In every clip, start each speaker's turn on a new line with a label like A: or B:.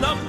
A: 만점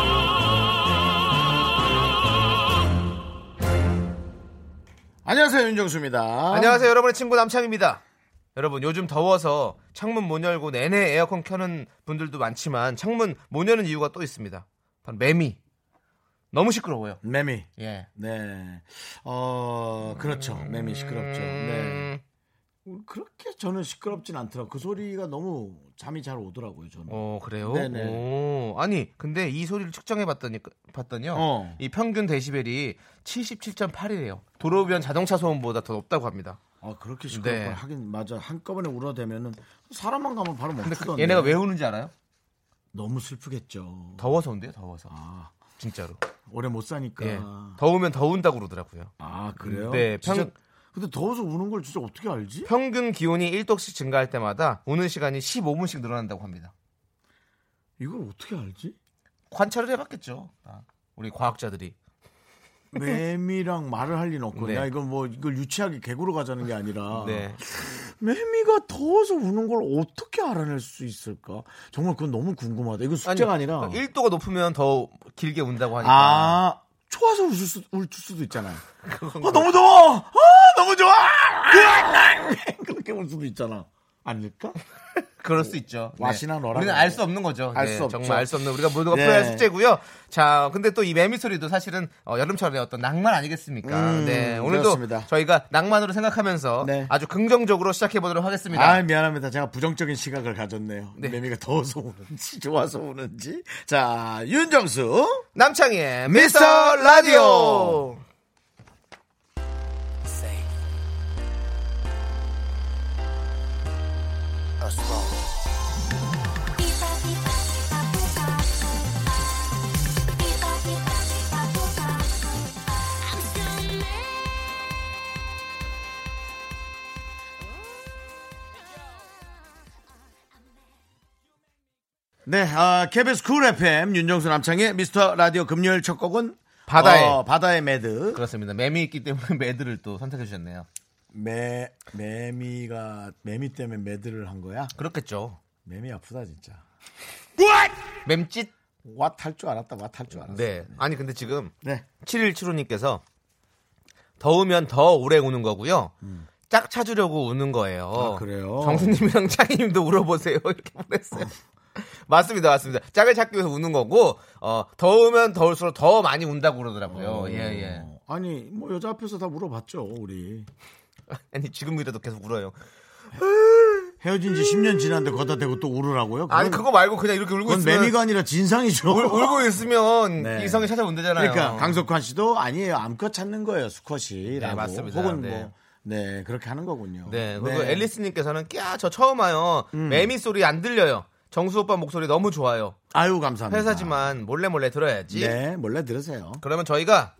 B: 안녕하세요 윤정수입니다.
C: 안녕하세요, 여러분의 친구 남창입니다. 여러분, 요즘 더워서 창문 못 열고 내내 에어컨 켜는 분들도 많지만 창문 못 여는 이유가 또 있습니다. 바로 매미. 너무 시끄러워요.
B: 매미.
C: 예.
B: 네. 어 그렇죠. 매미 시끄럽죠. 네.
C: 음,
B: 그렇게 저는 시끄럽진 않더라고. 그 소리가 너무 잠이 잘 오더라고요. 저는.
C: 어, 그래요?
B: 네네.
C: 오, 아니, 근데 이 소리를 측정해 봤더니 봤더니요.
B: 어.
C: 이 평균 데시벨이 77.8이래요. 도로변 자동차 소음보다 더 높다고 합니다.
B: 아 그렇게 시끄럽구나.
C: 네.
B: 하긴 맞아. 한꺼번에 울어대면은 사람만 가면 바로
C: 근데 그-
B: 멈추던데. 음.
C: 얘네가 왜 우는지 알아요?
B: 너무 슬프겠죠.
C: 더워서 온대요, 더워서.
B: 아
C: 진짜로.
B: 오래 못 사니까.
C: 예. 더우면 더 운다고 그러더라고요.
B: 아 그래요?
C: 네, 평-
B: 진짜- 근데 더워서 우는 걸 진짜 어떻게 알지?
C: 평균 기온이 1도씩 증가할 때마다 우는 시간이 15분씩 늘어난다고 합니다.
B: 이걸 어떻게 알지?
C: 관찰을 해봤겠죠. 아, 우리 과학자들이.
B: 매미랑 말을 할 리는 없고
C: 네.
B: 야 이건 뭐 이걸 유치하게 개구로 가자는 게 아니라
C: 네.
B: 매미가 더워서 우는 걸 어떻게 알아낼 수 있을까? 정말 그건 너무 궁금하다. 이건 숙제가 아니, 라
C: 1도가 높으면 더 길게 운다고 하니까.
B: 아 좋아서 웃을 수, 울 수도 있잖아요. 아, 너무 더워. 아, 너무 좋아. 그렇게 울 수도 있잖아. 아닐까?
C: 그럴 수 있죠. 네.
B: 와시나 너라
C: 우리는
B: 그래요.
C: 알 수 없는 거죠.
B: 알수
C: 네,
B: 없죠.
C: 정말 알 수 없는 우리가 모두가
B: 네.
C: 풀어야 할 숙제고요. 자, 근데 또 이 매미 소리도 사실은 어, 여름철의 어떤 낭만 아니겠습니까?
B: 음,
C: 네. 오늘도
B: 그렇습니다.
C: 저희가 낭만으로 생각하면서
B: 네.
C: 아주 긍정적으로 시작해 보도록 하겠습니다.
B: 아 미안합니다. 제가 부정적인 시각을 가졌네요.
C: 네.
B: 매미가 더워서 우는지 좋아서 우는지. 자 윤정수.
C: 남창희의 미스터 라디오.
B: 네, 아, KBS 쿨 FM 윤정수 남창의 미스터 라디오 금요일 첫 곡은
C: 바다의.
B: 어, 바다의 매드
C: 그렇습니다. 매미 있기 때문에 매드를 또 선택해 주셨네요.
B: 매 매미가 매미 때문에 매드를 한 거야?
C: 그렇겠죠.
B: 매미 아프다 진짜.
C: 맴짓?
B: 왓할줄 알았다. 왓할줄 알았어.
C: 네. 아니 근데 지금
B: 네.
C: 7175님께서 더우면 더 오래 우는 거고요. 짝 찾으려고 우는 거예요.
B: 음. 아, 그래요?
C: 정수님이랑 차이님도 울어보세요. 이렇게 보냈어요. 맞습니다, 맞습니다. 짝을 찾기 위해서 우는 거고, 어, 더우면 더울수록 더 많이 운다고 그러더라고요. 예, 예.
B: 어, 아니 뭐 여자 앞에서 다 물어봤죠 우리
C: 아니, 지금이라도 계속 울어요.
B: 헤어진 지 10년 지났는데 거다 대고 또 울으라고요? 그건,
C: 아니, 그거 말고 그냥 이렇게 울고
B: 그건
C: 있으면.
B: 매미가 아니라 진상이죠.
C: 울, 울고 있으면
B: 네.
C: 이성이 찾아온다잖아요.
B: 그러니까 강석환 씨도 아니에요 암컷 찾는 거예요 수컷이라고
C: 네, 맞습니다.
B: 혹은
C: 네.
B: 뭐 네 그렇게 하는 거군요.
C: 네, 그리고 앨리스님께서는 끼야 저 처음 와요. 매미 소리 안 들려요. 정수 오빠 목소리 너무 좋아요.
B: 아유 감사합니다.
C: 회사지만 몰래 몰래 들어야지.
B: 네, 몰래 들으세요.
C: 그러면 저희가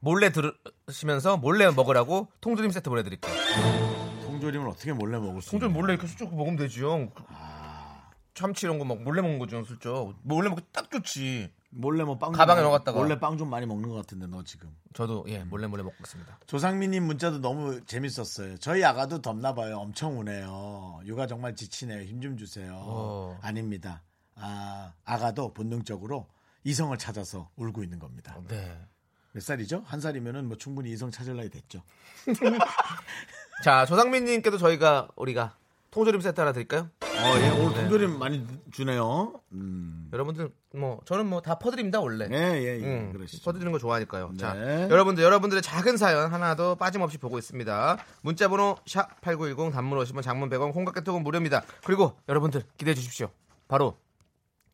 C: 몰래 들으시면서 몰래 먹으라고 통조림 세트 보내드릴게요.
B: 통조림을 어떻게 몰래 먹을 수
C: 통조림
B: 있나요?
C: 몰래 이렇게 슬쩍 먹으면 되지요. 그 아. 참치 이런 거 막 몰래 먹는 거죠, 슬쩍. 몰래 먹기 딱 좋지.
B: 몰래 뭐 빵.
C: 가방에
B: 좀-
C: 넣어갔다가.
B: 몰래 빵 좀 많이 먹는 것 같은데 너 지금.
C: 저도 예 몰래 몰래 먹고 있습니다.
B: 조상민님 문자도 너무 재밌었어요. 저희 아가도 덥나 봐요. 엄청 우네요. 육아 정말 지치네요. 힘 좀 주세요.
C: 어.
B: 아닙니다. 아 아가도 본능적으로 이성을 찾아서 울고 있는 겁니다.
C: 네.
B: 몇 살이죠? 한 살이면은 뭐 충분히 이성 찾을 나이 됐죠.
C: 자 조상민님께도 저희가 우리가 통조림 세트 하나 드릴까요?
B: 어예 오늘
C: 네.
B: 통조림 많이 주네요. 음.
C: 여러분들 뭐 저는 뭐 다 퍼드립니다 원래.
B: 예예 예,
C: 음,
B: 그러시죠.
C: 퍼드리는 거 좋아하니까요. 자,
B: 네.
C: 여러분들 여러분들의 작은 사연 하나도 빠짐없이 보고 있습니다. 문자번호 샵 #8910 단문 50원, 장문 100원, 콩깍개톡은 무료입니다. 그리고 여러분들 기대해 주십시오. 바로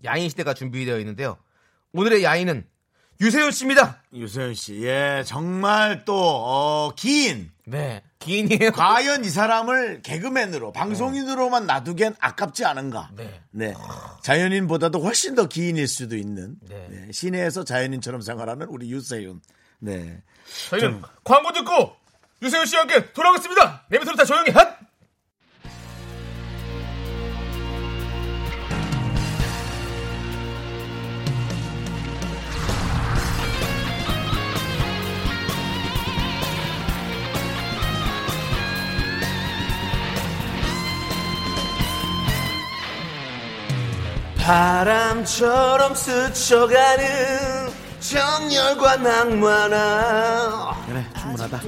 C: 야인 시대가 준비되어 있는데요. 오늘의 야인은 유세윤 씨입니다.
B: 유세윤 씨, 예 정말 어, 또긴
C: 네, 기인이에요.
B: 과연 이 사람을 개그맨으로 방송인으로만 놔두기엔 아깝지 않은가?
C: 네.
B: 자연인보다도 훨씬 더 기인일 수도 있는
C: 네.
B: 네, 시내에서 자연인처럼 생활하는 우리 유세윤. 네.
C: 저희는 광고 듣고 유세윤 씨와 함께 돌아오겠습니다. 내 밑으로 다 조용히 핫. 바람처럼 스쳐가는 정열과 낭만아
B: 그래 충분하다.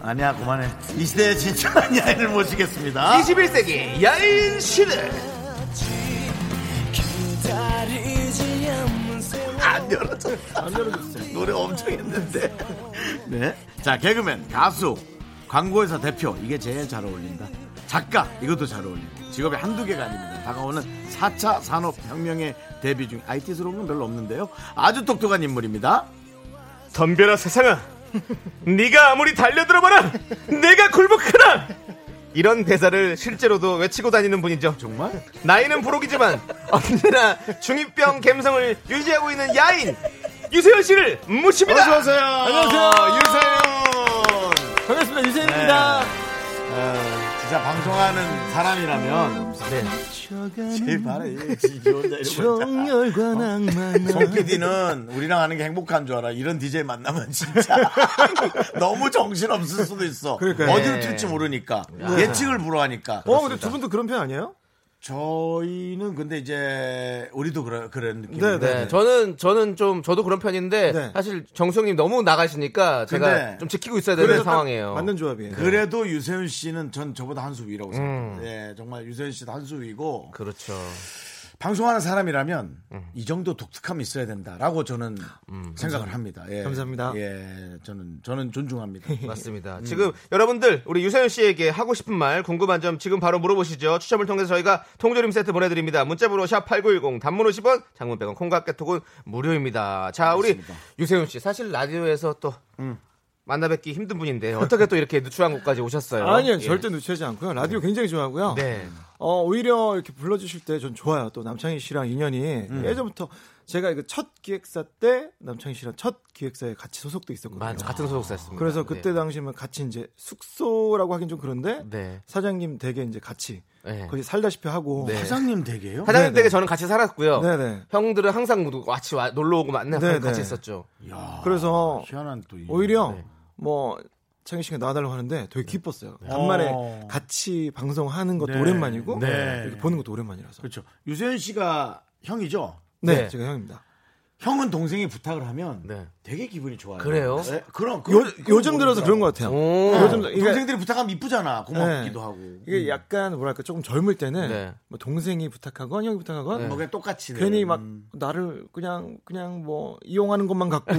B: 아니야 그만해. 이 시대에 진정한 야인을 모시겠습니다.
C: 21세기 야인 시대
B: 안 열어졌어. 안 열어졌어. 노래 엄청 했는데. 네. 자, 개그맨, 가수, 광고회사 대표. 이게 제일 잘 어울린다. 작가, 이것도 잘 어울린다. 직업이 한두 개가 아닙니다. 다가오는 4차 산업혁명의 대비 중 IT 스러운 건 별로 없는데요. 아주 똑똑한 인물입니다.
C: 덤벼라 세상아 네가 아무리 달려들어봐라 내가 굴복하라 이런 대사를 실제로도 외치고 다니는 분이죠
B: 정말?
C: 나이는 부록이지만 언제나 중2병 감성을 유지하고 있는 야인 유세현 씨를 모십니다
B: 어서오세요. 안녕하세요. 유세윤.
A: 반갑습니다
B: 네.
A: 유세입니다.
B: 어, 진짜 방송하는 사람이라면. 제발, 지 혼자 이러고 있잖아.
A: 네.
B: 어?
A: 정열과 낭만
B: 송 PD는 우리랑 하는 게 행복한 줄 알아. 이런 DJ 만나면 진짜 너무 정신 없을 수도 있어.
A: 그러니까요. 네.
B: 어디를
C: 네.
B: 튈지 모르니까 예측을 불허하니까.
A: 어 근데 두 분도 그런 편 아니에요?
B: 저희는 근데 이제 우리도 그런 그런 느낌.
A: 네, 네.
C: 네, 저는 저는 좀 저도 그런 편인데
A: 네.
C: 사실 정수영님 너무 나가시니까 제가
B: 근데
C: 좀 지키고 있어야 되는
A: 딱
C: 상황이에요.
A: 맞는 조합이에요. 네. 음.
B: 그래도 유세윤 씨는 전 저보다 한 수 위라고 생각합니다. 예, 정말 유세윤 씨도 한 수 위고
C: 그렇죠.
B: 방송하는 사람이라면
A: 음.
B: 이 정도 독특함이 있어야 된다라고 저는 생각을 합니다. 예.
A: 감사합니다.
B: 예, 저는 저는 존중합니다.
C: 맞습니다.
A: 음.
C: 지금 여러분들 우리 유세윤 씨에게 하고 싶은 말 궁금한 점 지금 바로 물어보시죠. 추첨을 통해서 저희가 통조림 세트 보내드립니다. 문자번호 샵 #8910 단문 50원, 장문 100원, 콩깍개톡은 무료입니다. 자 우리 유세윤 씨 사실 라디오에서 또
A: 음.
C: 만나뵙기 힘든 분인데 어떻게 또 이렇게 누추한 곳까지 오셨어요?
A: 아니요
C: 예.
A: 절대 누추하지 않고요. 라디오 굉장히 좋아하고요.
C: 네.
A: 어, 오히려 이렇게 불러주실 때 전 좋아요. 또 남창희 씨랑 인연이
C: 음.
A: 예전부터 제가 이거 첫 기획사 때 남창희 씨랑 첫 기획사에 같이 소속돼 있었거든요.
C: 맞 같은 소속사였습니다.
A: 그래서 그때 당시면 같이 이제 숙소라고 하긴 좀 그런데
C: 네.
A: 사장님 댁에 이제 같이
C: 네.
A: 거기 살다시피 하고
C: 네.
B: 사장님 되게요?
C: 사장님
A: 네네.
C: 댁에 저는 같이 살았고요.
A: 네네.
C: 형들은 항상 모두 같이 와, 놀러 오고 만나
A: 네네.
C: 같이 있었죠.
B: 야,
A: 그래서
C: 아,
B: 희한한 또 이-
A: 오히려
C: 네.
A: 뭐 창희 씨가 나와달라고 하는데 되게 기뻤어요.
C: 네.
A: 간만에
B: 어.
A: 같이 방송하는 것도
B: 네.
A: 오랜만이고
B: 네.
A: 이렇게 보는 것도 오랜만이라서.
B: 그렇죠. 유세윤 씨가 형이죠.
A: 네,
C: 네.
A: 제가 형입니다.
B: 형은 동생이 부탁을 하면
C: 네.
B: 되게 기분이 좋아요.
C: 그래요? 음.
B: 네, 그럼
A: 요,
B: 그건- 그건
A: 요즘 들어서
B: 모르더라고.
A: 그런 것 같아요.
C: 오.
A: 요즘
B: 어,
A: 들어- 이게-
B: 동생들이 부탁하면 이쁘잖아. 고맙기도
A: 네.
B: 하고.
A: 이게 약간 뭐랄까 조금 젊을 때는
C: 네.
A: 뭐 동생이 부탁하건 형이 부탁하건
C: 네.
A: 뭐
B: 뭐 그냥 똑같이
A: 괜히 막 나를 그냥 그냥 뭐 이용하는 것만 갖고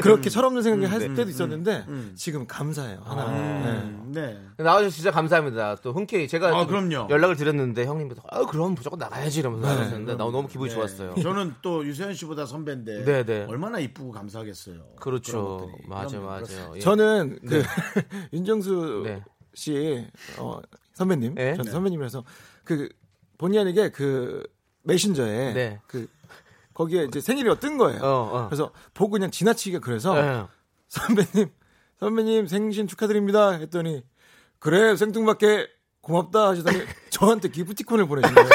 A: 그렇게 철없는 생각을 할 때도 있었는데 지금 감사해요
C: 아,
A: 하나. 네.
B: 음, 네.
C: 나와주셔서 진짜 감사합니다. 또 흔쾌히 제가
B: 아,
C: 좀
B: 그럼요.
C: 연락을 드렸는데 형님도 아, 그럼 무조건 나가야지 이러면서 나가셨는데 나 너무 기분이 좋았어요.
B: 네. 저는 또 유세윤 씨보다 선배인데
C: 네, 네.
B: 얼마나 이쁘고 감사하겠어요.
C: 그렇죠.
B: 그런 것들이.
C: 맞아
B: 그럼요.
C: 맞아. 예.
A: 저는 그 윤정수
C: 네.
A: 씨 어, 선배님,
C: 네.
A: 전 선배님이라서 그 본의 아니게 그 메신저에
C: 네.
A: 그 거기에 이제 생일이 뜬 거예요.
C: 어, 어.
A: 그래서 보고 그냥 지나치게 그래서
C: 예.
A: 선배님, 선배님 생신 축하드립니다 했더니 그래 생뚱맞게 고맙다 하시더니 저한테 기프티콘을 보내신 거예요.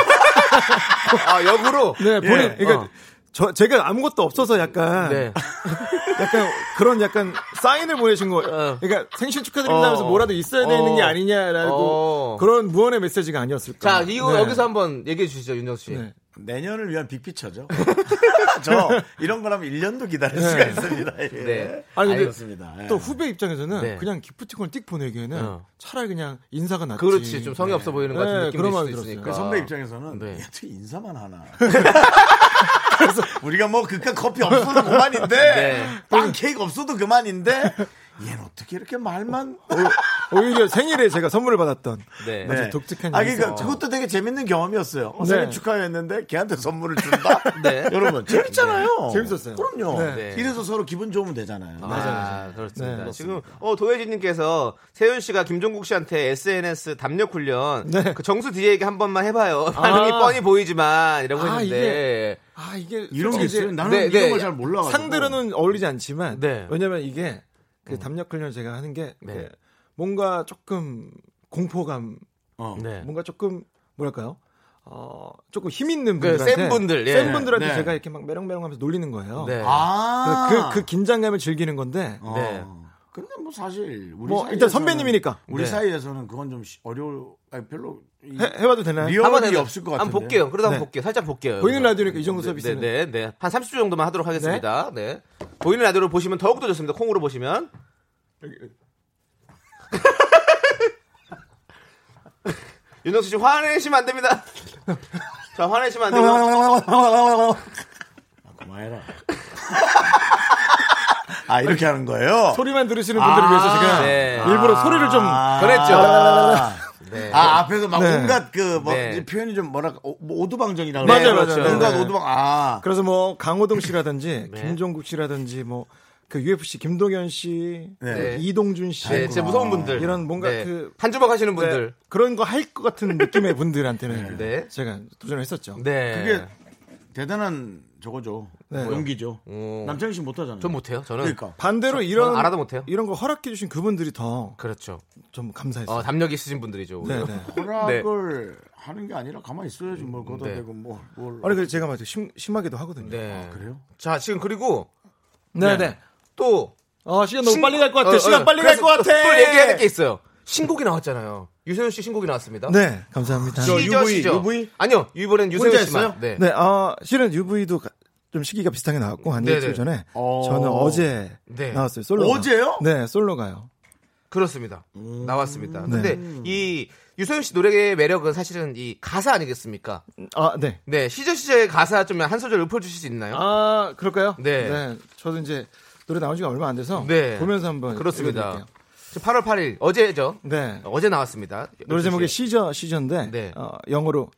C: 아 역으로
A: 네, 보내.
B: 예,
A: 그러니까
C: 어.
A: 저 제가 아무것도 없어서 약간
C: 네.
A: 약간 그런 약간 사인을 보내신 거예요.
C: 어.
A: 그러니까 생신 축하드립니다 하면서
C: 어.
A: 뭐라도 있어야 되는
C: 어.
A: 게 아니냐라고
C: 어.
A: 그런 무언의 메시지가 아니었을까.
C: 자 이거
A: 네.
C: 여기서 한번 얘기해 주시죠 윤정 씨.
A: 네.
B: 내년을 위한 빅피처죠. 저 이런 거라면 1년도 기다릴 수가 있습니다. 예.
C: 네.
A: 아니, 근데
B: 알겠습니다. 예.
A: 또 후배 입장에서는
C: 네.
A: 그냥 기프티콘을 띡 보내기에는
C: 어.
A: 차라리 그냥 인사가 낫지.
C: 그렇지 좀 성의 없어 보이는 것 같은
A: 네,
C: 느낌이 들
A: 그런
C: 수도
A: 마음이 들었어요.
C: 있으니까.
B: 그 선배 입장에서는
C: 네.
B: 야, 어떻게 인사만 하나. 그래서 우리가 뭐 그깟 커피 없어도 그만인데
C: 네.
B: 빵 케이크 없어도 그만인데 얘는 어떻게 이렇게 말만
A: 오히려 생일에 제가 선물을 받았던
C: 네.
A: 아주 독특한
B: 아,
A: 일이
B: 그러니까 그것도 되게 재밌는 경험이었어요. 어, 생일
A: 네.
B: 축하했는데 걔한테 선물을 준다.
C: 네.
B: 여러분 재밌잖아요.
A: 재밌었어요.
B: 그럼요.
A: 네.
B: 이래서 서로 기분 좋으면 되잖아요.
C: 맞아요. 그렇습니다.
A: 네,
C: 지금 어, 도혜진님께서 세윤 씨가 김종국 씨한테 SNS 담력 훈련
A: 네.
C: 그 정수 DJ에게 한 번만 해봐요. 반응이 뻔히 보이지만 이라고
A: 아,
C: 했는데
A: 아 이게
B: 이런 게
A: 솔직히
B: 있어요.
A: 이제
B: 나는
C: 네,
B: 이런
C: 네.
B: 걸 잘 어. 몰라.
A: 상대로는 어울리지 않지만
C: 네.
A: 왜냐면 이게 그 담력 훈련 제가 하는 게
C: 네.
A: 그 뭔가 조금 공포감,
B: 어.
C: 네.
A: 뭔가 조금 뭐랄까요? 어, 조금 힘 있는
C: 그
A: 분들한테
C: 센 분들, 예.
A: 센 분들한테
B: 네.
A: 제가 이렇게 막 메롱메롱하면서 놀리는 거예요.
C: 네.
B: 아.
A: 그, 그 긴장감을 즐기는 건데
B: 어.
C: 네.
B: 근데 뭐 사실 우리
A: 뭐,
B: 사이에서는-
A: 일단 선배님이니까.
B: 우리
C: 네.
B: 사이에서는 그건 좀 시- 어려울 아니 별로 이-
A: 해, 해봐도 되나요?
B: 리얼-
C: 한번
B: 그런 게
C: 해서-
B: 없을 것
C: 한번
B: 같은데요?
C: 볼게요. 그러다 한번
A: 네.
C: 볼게요. 살짝 볼게요.
A: 보이는
C: 여기서.
A: 라디오니까 이 정도 서비스는.
C: 네, 네, 네. 한 30초 정도만 하도록 하겠습니다. 네. 보이는 라디오로 보시면 더욱더 좋습니다. 콩으로 보시면. 윤정수 씨 화내시면 안 됩니다. 자, 화내시면 안 되고.
B: 아, 그만해라. 아 이렇게 하는 거예요?
A: 소리만 들으시는 분들을 위해서 제가
C: 네. 아.
A: 일부러 소리를 좀
C: 그랬죠. 네.
B: 아 앞에서 막
A: 네.
B: 온갖 그 뭐,
C: 네.
B: 이제 표현이 좀 뭐랄까 오, 뭐 오두방정이라고
A: 맞아요,
B: 그래요?
A: 맞아요.
B: 온갖
A: 네.
B: 오두방 아
A: 그래서 뭐 강호동 씨라든지
C: 네.
A: 김종국 씨라든지 뭐 그 UFC 김동현 씨,
B: 네.
A: 뭐 이동준 씨
C: 네, 진짜 무서운 분들.
A: 이런 뭔가
C: 네.
A: 그-
C: 한 주먹 하시는
A: 네,
C: 분들.
A: 그런 거 할 것 같은 느낌의 분들한테는
C: 네.
A: 제가 도전했었죠.
C: 네.
B: 그게 대단한 저거죠
A: 네.
B: 용기죠.
C: 오.
B: 남창희 씨 못하잖아요.
C: 전 못해요. 저는.
B: 그러니까
A: 반대로
C: 저는
A: 이런
C: 알아도 못해요.
A: 이런 거 허락해 주신 그분들이 더 좀
C: 그렇죠.
A: 감사했어요.
C: 어, 담력 있으신 분들이죠.
A: 네,
C: 오히려.
A: 네.
B: 허락을 하는 게 아니라 가만히 있어야지 뭘 걷어대고 뭘, 뭘
A: 아니 그 제가 맞아 심, 심하게도 하거든요.
C: 네.
B: 그래요?
C: 자, 지금 그리고
A: 아, 네,
B: 네.
C: 또
A: 어 시간 너무 빨리 갈 것 같아.
C: 어, 어,
A: 시간 빨리 갈
C: 그래서
A: 것 같아.
C: 또 얘기해야 될 게 있어요. 신곡이 나왔잖아요. 유세윤 씨 신곡이 나왔습니다.
A: 네, 감사합니다.
B: 저
C: 시저,
B: UV,
C: 시저.
B: UV?
C: 아니요. 이번엔
B: 혼자
C: 유세윤
B: 했어요?
C: 씨만. 네.
A: 네, 아 실은 UV도 좀 시기가 비슷하게 나왔고 한
C: 네네.
A: 일주일 전에
B: 어.
A: 저는 어제
C: 네.
A: 나왔어요. 솔로.
B: 어제요?
A: 네, 솔로가요.
C: 그렇습니다.
A: 음.
C: 나왔습니다.
A: 네.
C: 근데 이 유세윤 씨 노래의 매력은 사실은 이 가사 아니겠습니까?
A: 아, 네.
C: 네. 시저 시저의 가사 좀 한 소절 읊어 주실 수 있나요?
A: 아, 그럴까요?
C: 네.
A: 저도 이제 노래 나온 지가 얼마 안 돼서
C: 네.
A: 보면서 한번
C: 그렇습니다.
A: 읽어드릴게요.
C: 8월 8일 어제죠.
A: 네.
C: 어제 나왔습니다.
A: 노래
C: 12시
A: 제목이
C: 에.
A: 시저 시저인데
C: 네.
A: 어, 영어로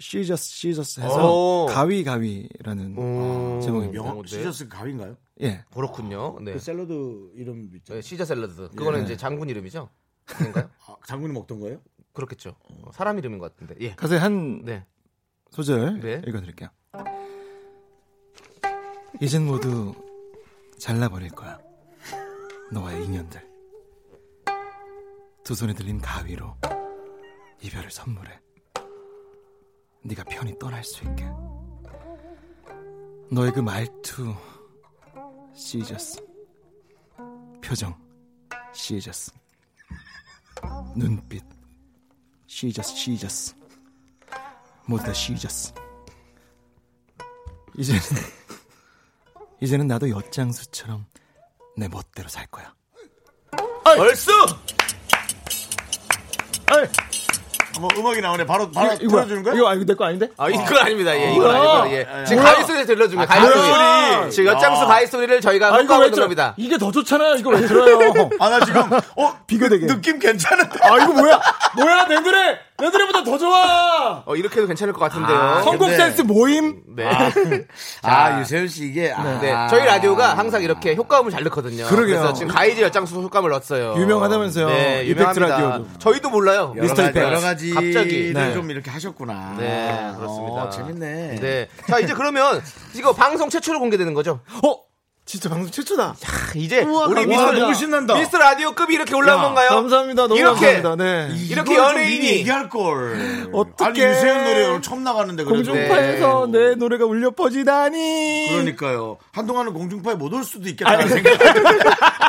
A: 시저스 시저스 해서
C: 오.
A: 가위 가위라는
C: 음, 오.
A: 제목입니다.
B: 영
C: 네.
B: 시저스 가위인가요?
A: 예.
C: 그렇군요. 네.
B: 그 샐러드 이름 있죠.
C: 네, 시저 샐러드. 그거는 이제 장군 이름이죠. 그런가요?
B: 아, 장군이 먹던 거예요?
C: 그렇겠죠. 어, 사람 이름인 것 같은데. 예.
A: 가사의 한
C: 네.
A: 소절
C: 네.
A: 읽어드릴게요. 이젠 모두 잘라버릴 거야. 너와의 인연들. 두 손에 들린 가위로 이별을 선물해. 네가 편히 떠날 수 있게. 너의 그 말투 시저스. 표정 시저스. 눈빛 시저스 시저스. 모두 다 시저스. 이제는 이제는 나도 엿장수처럼 내 멋대로 살 거야.
C: 얼쑤!
B: 뭐 음악이 나오네. 바로 바로 틀어주는 거예요?
A: 이거 내 거 아닌데?
C: 아, 이건 아닙니다. 예, 이건 아니고. 예. 지금 가위 소리 들려준 거예요. 가위
B: 가위
C: 소리.
B: 소리.
C: 지금 엿장수
B: 야.
C: 가위 소리를 저희가
A: 아 이거
C: 녹음하고
A: 왜
C: 있는
A: 들어?
C: 겁니다.
A: 이게 더 좋잖아요. 이거 왜 들어요?
B: 아 나 지금 어
A: 비교되게.
B: 느낌 괜찮은데.
A: 아 이거 뭐야? 뭐야 내 노래 내 노래보다 더 좋아.
C: 어, 이렇게 해도 괜찮을 것 같은데요.
B: 아,
A: 성공
B: 근데-
A: 센스 뭐- 모임.
C: 네.
B: 아 유세윤 씨 이게 아,
C: 네. 저희 라디오가 항상 이렇게 효과음을 잘 넣거든요.
A: 그러게요.
C: 래서 지금 가이드 엿장수 효과음을 넣었어요.
A: 유명하다면서요.
C: 네,
A: 이펙트
C: 유명합니다.
A: 라디오도.
C: 저희도 몰라요.
B: 여러
A: 미스터
B: 가지
A: 이펙트.
B: 여러 가지를
C: 갑자기.
A: 네.
B: 좀 이렇게 하셨구나.
C: 네,
B: 어,
C: 그렇습니다.
B: 재밌네.
C: 네. 자, 이제 그러면 이거 방송 최초로 공개되는 거죠?
A: 어 진짜 방송 최초다.
C: 크, 이제 우리
B: 와,
C: 미스터
B: 너무 신난다.
C: 미스터 라디오 급이 이렇게 올라온
B: 야,
C: 건가요?
A: 감사합니다. 너무
C: 이렇게
A: 감사합니다. 네.
C: 이렇게
B: 이걸 좀
C: 연예인이-
B: 미리 얘기할 걸. 아니
A: 어떡해.
B: 유세윤 노래 오늘 처음 나가는데 그래도
A: 공중파에서
C: 네.
A: 네. 내 노래가 울려 퍼지다니.
B: 그러니까요. 한동안은 공중파에 못 올 수도 있겠다는 생각이
C: 그러니까.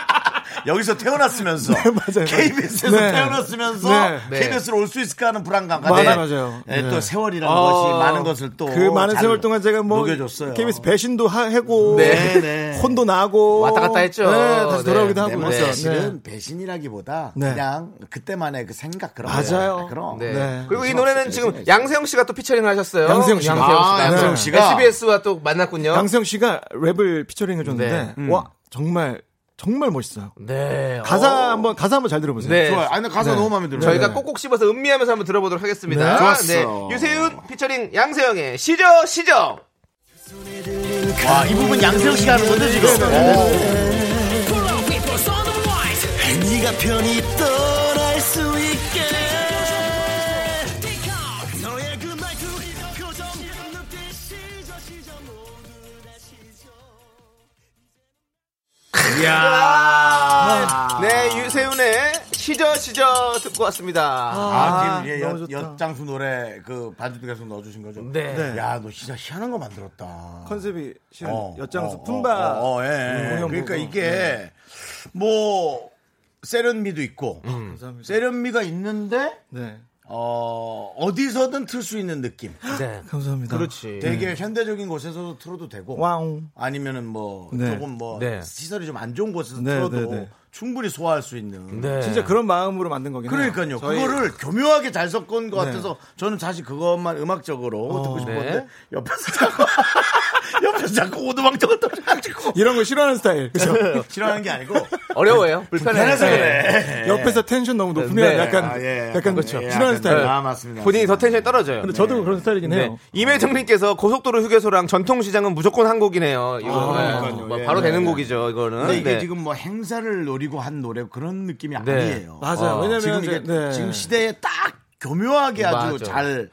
B: 여기서 태어났으면서
A: 네, 맞아요.
B: KBS에서
A: 네.
B: 태어났으면서
A: 네.
C: 네.
B: KBS로 올 수 있을까 하는 불안감
A: 맞아요,
B: 네.
A: 맞아요.
B: 네,
A: 네.
B: 또 세월이라는
C: 어,
B: 것이 많은 것을 또
A: 그 많은
B: 잘
A: 세월 동안 제가 뭐
B: 녹여줬어요.
A: KBS 배신도 하- 하고
B: 네, 네.
A: 혼도 나고
C: 왔다 갔다 했죠.
A: 네, 다시 돌아오기도
C: 네,
A: 하고
B: 네, 뭐
C: 네.
A: 그랬어요.
B: 사실은 배신이라기보다
A: 네.
B: 그냥 그때만의 그 생각 그런
A: 맞아요.
B: 거예요. 그럼
C: 네.
A: 네.
C: 그리고 이 노래는 지금 양세형 씨가 또 피처링을 하셨어요. 네.
A: 양세형 씨가.
B: 아, 양세형 씨가.
C: SBS와 또 만났군요.
A: 양세형 씨가 랩을 피처링 해줬는데
C: 네.
A: 와 정말 정말 멋있어요.
C: 네.
A: 가사
C: 어.
A: 한번 가사 한번 잘 들어보세요.
C: 네.
B: 좋아요. 아니 근데 가사
A: 네.
B: 너무 마음에 들어요.
C: 저희가
A: 네.
C: 꼭꼭 씹어서 음미하면서 한번 들어보도록 하겠습니다.
A: 네.
B: 좋았어.
C: 유세윤 피처링 양세형의 시저 시저.
B: 와, 이 부분 양세형 씨가 하는 거죠 지금.
A: 네,
B: 오.
D: 네가 편히 떠날 수 있게 너의 그 말투 표정 눈빛 시저 시저 모두 다 시저
B: 이야.
C: 네, 유세윤의 시저 시저 듣고 왔습니다.
B: 아, 지금 얘
A: 너무
B: 엿-
A: 좋다.
B: 엿장수 노래 그 반주도 계속 넣어주신 거죠?
C: 네.
A: 네.
B: 야, 너 진짜 희한한 거 만들었다.
A: 컨셉이 실은
B: 어,
A: 엿장수
B: 어,
A: 품바 음,
B: 어, 어, 어, 예, 예.
A: 공연
B: 그러니까
A: 보고. 네.
B: 이게 뭐 세련미도 있고
A: 감사합니다.
B: 세련미가 있는데
A: 네.
B: 어, 어디서든 틀 수 있는 느낌.
C: 네.
A: 감사합니다.
C: 그렇지.
B: 되게 현대적인 곳에서도 틀어도 되고
A: 와우.
B: 아니면은 뭐
A: 네.
B: 조금 뭐
C: 네.
B: 시설이 좀 안 좋은 곳에서
A: 네,
B: 틀어도
A: 네, 네.
B: 충분히 소화할 수 있는.
C: 네.
A: 진짜 그런 마음으로 만든 거긴 해요.
B: 그러니까요.
A: 저희-
B: 그거를 교묘하게 잘 섞은 것
A: 네.
B: 같아서 저는 사실 그것만 음악적으로 듣고 싶었는데
C: 네.
B: 옆에서 자꾸 옆에서 자꾸 오두방정을 떠가지고
A: 이런 거 싫어하는 스타일. 그죠?
B: 싫어하는 게 아니고
C: 어려워요. 불편해요.
B: 그 편해서
C: 네.
B: 그래.
A: 옆에서 텐션 너무 높으면
C: 네.
A: 약간
B: 아, 예.
A: 약간
B: 그렇죠.
A: 싫어하는
B: 예,
A: 스타일.
B: 아 맞습니다.
C: 본인이 더 텐션이 떨어져요.
A: 근데 저도 그런 스타일이긴
C: 네.
A: 해요.
C: 임혜정님께서 고속도로 휴게소랑 전통시장은 무조건 한 곡이네요. 이거
B: 아,
C: 네.
B: 그러니까요.
C: 뭐
B: 예,
C: 바로
B: 네,
C: 되는
B: 네.
C: 곡이죠. 이거는.
B: 근데 이게
C: 네.
B: 지금 뭐 행사를 노리고 한 노래 그런 느낌이
C: 네.
B: 아니에요.
A: 맞아요.
C: 어,
A: 왜냐면
B: 지금 이게
A: 이제, 네.
B: 지금 시대에 딱 교묘하게 아주
C: 맞아.
B: 잘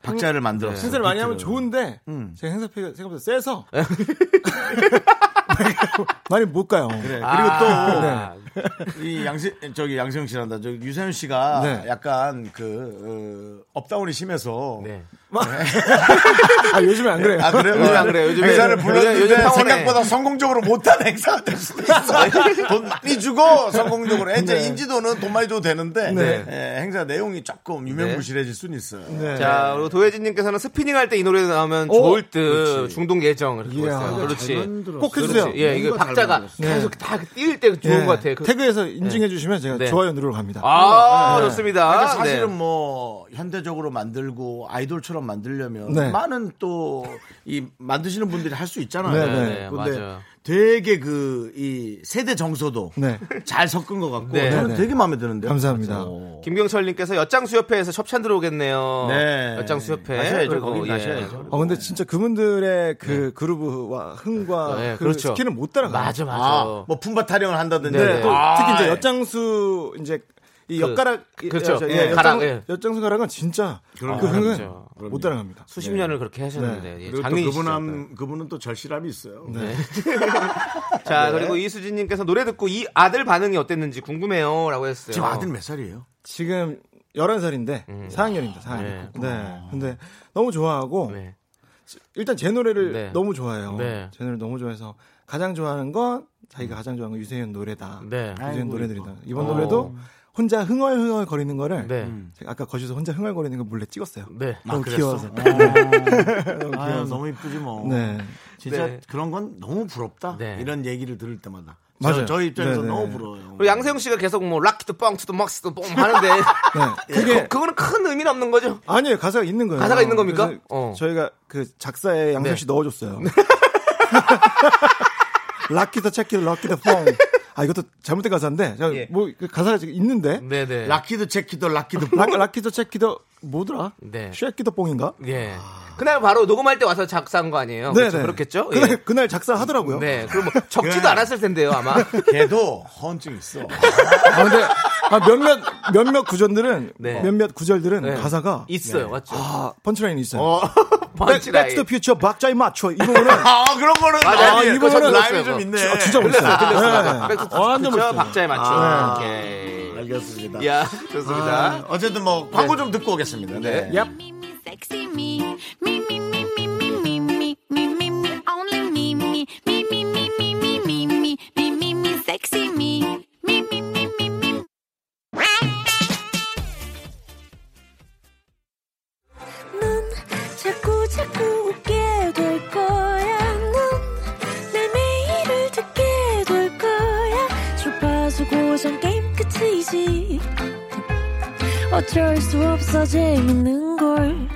B: 박자를 만들었어요.
A: 행사를 많이 하면
B: 비트를.
A: 좋은데
B: 음.
A: 제가 행사표가 생각보다 세서 많이 못 가요.
B: 그리고
C: 아,
B: 또 이 양세 저기 양세형 씨란다. 저 유세윤 씨가
A: 네.
B: 약간 그 어, 업다운이 심해서
C: 네.
A: 아 요즘에 안 그래요.
B: 아 그래요?
C: 요즘 안 그래요. 요즘에-
B: 행사를
C: 요즘-
B: 불렀는데
C: 요즘 상원에-
B: 생각보다 성공적으로 못한 행사가 될 수도 있어. 돈 많이 주고 성공적으로 이제
C: 네.
B: 인지도는 돈 많이 줘도 되는데
A: 네.
B: 예, 행사 내용이 조금
C: 네.
B: 유명무실해질 수는 있어요.
A: 네.
C: 자, 그리고 도혜진님께서는 스피닝 할 때 이 노래
B: 어?
C: 나오면 좋을 듯 중동 예정 이렇게
A: 이야.
C: 했어요. 그렇지.
A: 꼭 해주세요.
C: 그렇지. 예, 이거 박자가
A: 네.
C: 계속 다 뛸 때 좋은
A: 예.
C: 것 같아요. 그-
A: 태그에서 인증해 주시면 제가
C: 네.
A: 좋아요 누르러 갑니다.
C: 아, 좋습니다.
B: 그러니까 사실은
C: 네.
B: 뭐 현대적으로 만들고 아이돌처럼 만들려면
A: 네.
B: 많은 또 이 만드시는 분들이 할 수 있잖아요.
A: 네, 네.
C: 네,
B: 근데
C: 맞아요.
B: 되게 그 이 세대 정서도
A: 네.
B: 잘 섞은 것 같고
C: 네.
B: 저는
A: 네, 네.
B: 되게 마음에 드는데요.
A: 감사합니다.
B: 오.
C: 김경철님께서 엿장수협회에서 협찬 들어오겠네요.
B: 뭐. 네.
C: 엿장수협회.
B: 가셔야죠.
C: 그리고,
B: 거긴
C: 예.
B: 가셔야죠.
A: 어 근데 진짜 그분들의 그 그루브와 흥과
C: 네,
A: 그
C: 그렇죠.
A: 스킬은 못 따라가요.
C: 맞아, 맞아.
B: 아, 뭐 품바 타령을 한다든지
C: 네,
A: 네, 또
B: 아,
A: 특히
B: 예.
A: 이제 엿장수 이제 이
C: 그,
A: 엿가락 이-
C: 그렇죠.
A: 저-
C: 예,
A: 예,
C: 가락,
A: 엿장,
C: 예.
A: 엿장수 가락은 진짜 그
B: 그럼요.
A: 흥은
C: 그렇죠.
A: 못 따라갑니다.
C: 수십 년을 그렇게 하셨는데. 예,
B: 네. 그리고 또 네.
C: 장인이시죠.
B: 그분 한, 그분은 또 절실함이 있어요.
A: 네.
B: 네.
C: 자, 그리고 이수진님께서 노래 듣고 이 아들 반응이 어땠는지 궁금해요. 라고 했어요.
B: 지금 아들 몇 살이에요?
A: 지금 11살인데
C: 음.
A: 4학년입니다. 4학년. 네. 근데 너무 좋아하고
C: 네.
A: 일단 제 노래를
C: 네.
A: 너무 좋아해요.
C: 네.
A: 제 노래 를 너무 좋아해서 가장 좋아하는 건 자기가 가장 좋아하는 건 유세윤 노래다.
C: 네.
B: 아,
A: 유세윤 노래들이다. 이번
C: 어.
A: 노래도 혼자 흥얼흥얼 거리는 거를
C: 네.
B: 음.
A: 제가 아까 거실에서 혼자 흥얼거리는 걸 몰래 찍었어요.
C: 네.
A: 너무 귀여워서.
B: 아, 너무 이쁘지 뭐.
A: 네.
B: 진짜
C: 네.
B: 그런 건 너무 부럽다.
C: 네.
B: 이런 얘기를 들을 때마다.
A: 맞아요.
B: 저, 저 입장에서
A: 네, 네.
B: 너무 부러워요.
C: 그리고 양세형 씨가 계속 뭐 락키도 뻥치도 먹스도 뻥 하는데 예,
A: 네.
C: 아, 그게
A: 그게
C: 그거는 큰 의미는 없는 거죠.
A: 아니에요. 가사가 있는 거예요.
C: 가사가 있는 겁니까?
A: 그래서
C: 어. 네.
A: 저희가 그 작사에 양석 씨 넣어줬어요. 락키더 체키더 락키더 펑. 아 이것도 잘못된 가사인데 제가
C: 예.
A: 뭐그 가사가 지금 있는데
C: 네네.
B: 라키드 체키도 라키드
A: 락, 락키더 체키더 뭐더라?
C: 네.
A: 쉐키더 뽕인가?
C: 예. 그날 바로 녹음할 때 와서 작사한 거 아니에요?
A: 네네.
C: 그렇죠? 그렇겠죠?
A: 그날,
C: 예.
A: 그날 작사하더라고요. 예.
C: 네. 그럼 뭐 적지도
B: 네.
C: 않았을 텐데요, 아마.
B: 걔도 허언증 있어.
A: 아, 근데 아, 몇몇, 몇몇 구절들은,
C: 네.
A: 몇몇 구절들은
C: 네.
A: 가사가
C: 있어요, 맞죠?
A: 아, 펀치라인이 있어요.
C: 어,
A: 아, 백,
C: 펀치라인.
A: 백투더 퓨처 박자에 맞춰. 이 부분은
B: 아, 그런 거는
C: 맞아요.
B: 아,
C: 예,
B: 이
C: 그거
B: 부분은
C: 좀
B: 라임이
C: 들었어요,
B: 좀
C: 그거.
B: 있네.
A: 어, 진짜 멋있어요. 네. 완전
C: 그렇죠?
A: 멋있어요.
C: 박자에 맞춰.
B: 아.
C: 오케이.
B: 알겠습니다.
C: 야, 좋습니다. 네.
B: 아, 어쨌든 뭐 광고 좀 듣고 오겠습니다. 네.
C: 야.
E: Sexy me, me, me, me, me, me, me, me, me, me, me, only me, me, me, me, me, me, me, me, me, me, me, me, sexy me, me, me, me, me, me.
F: 넌 자꾸 자꾸 웃게 될 거야. 넌내 매일을 듣게 될 거야. 주파수 고정 게임 끝이지. 어쩔 수 없어 재밌는 걸.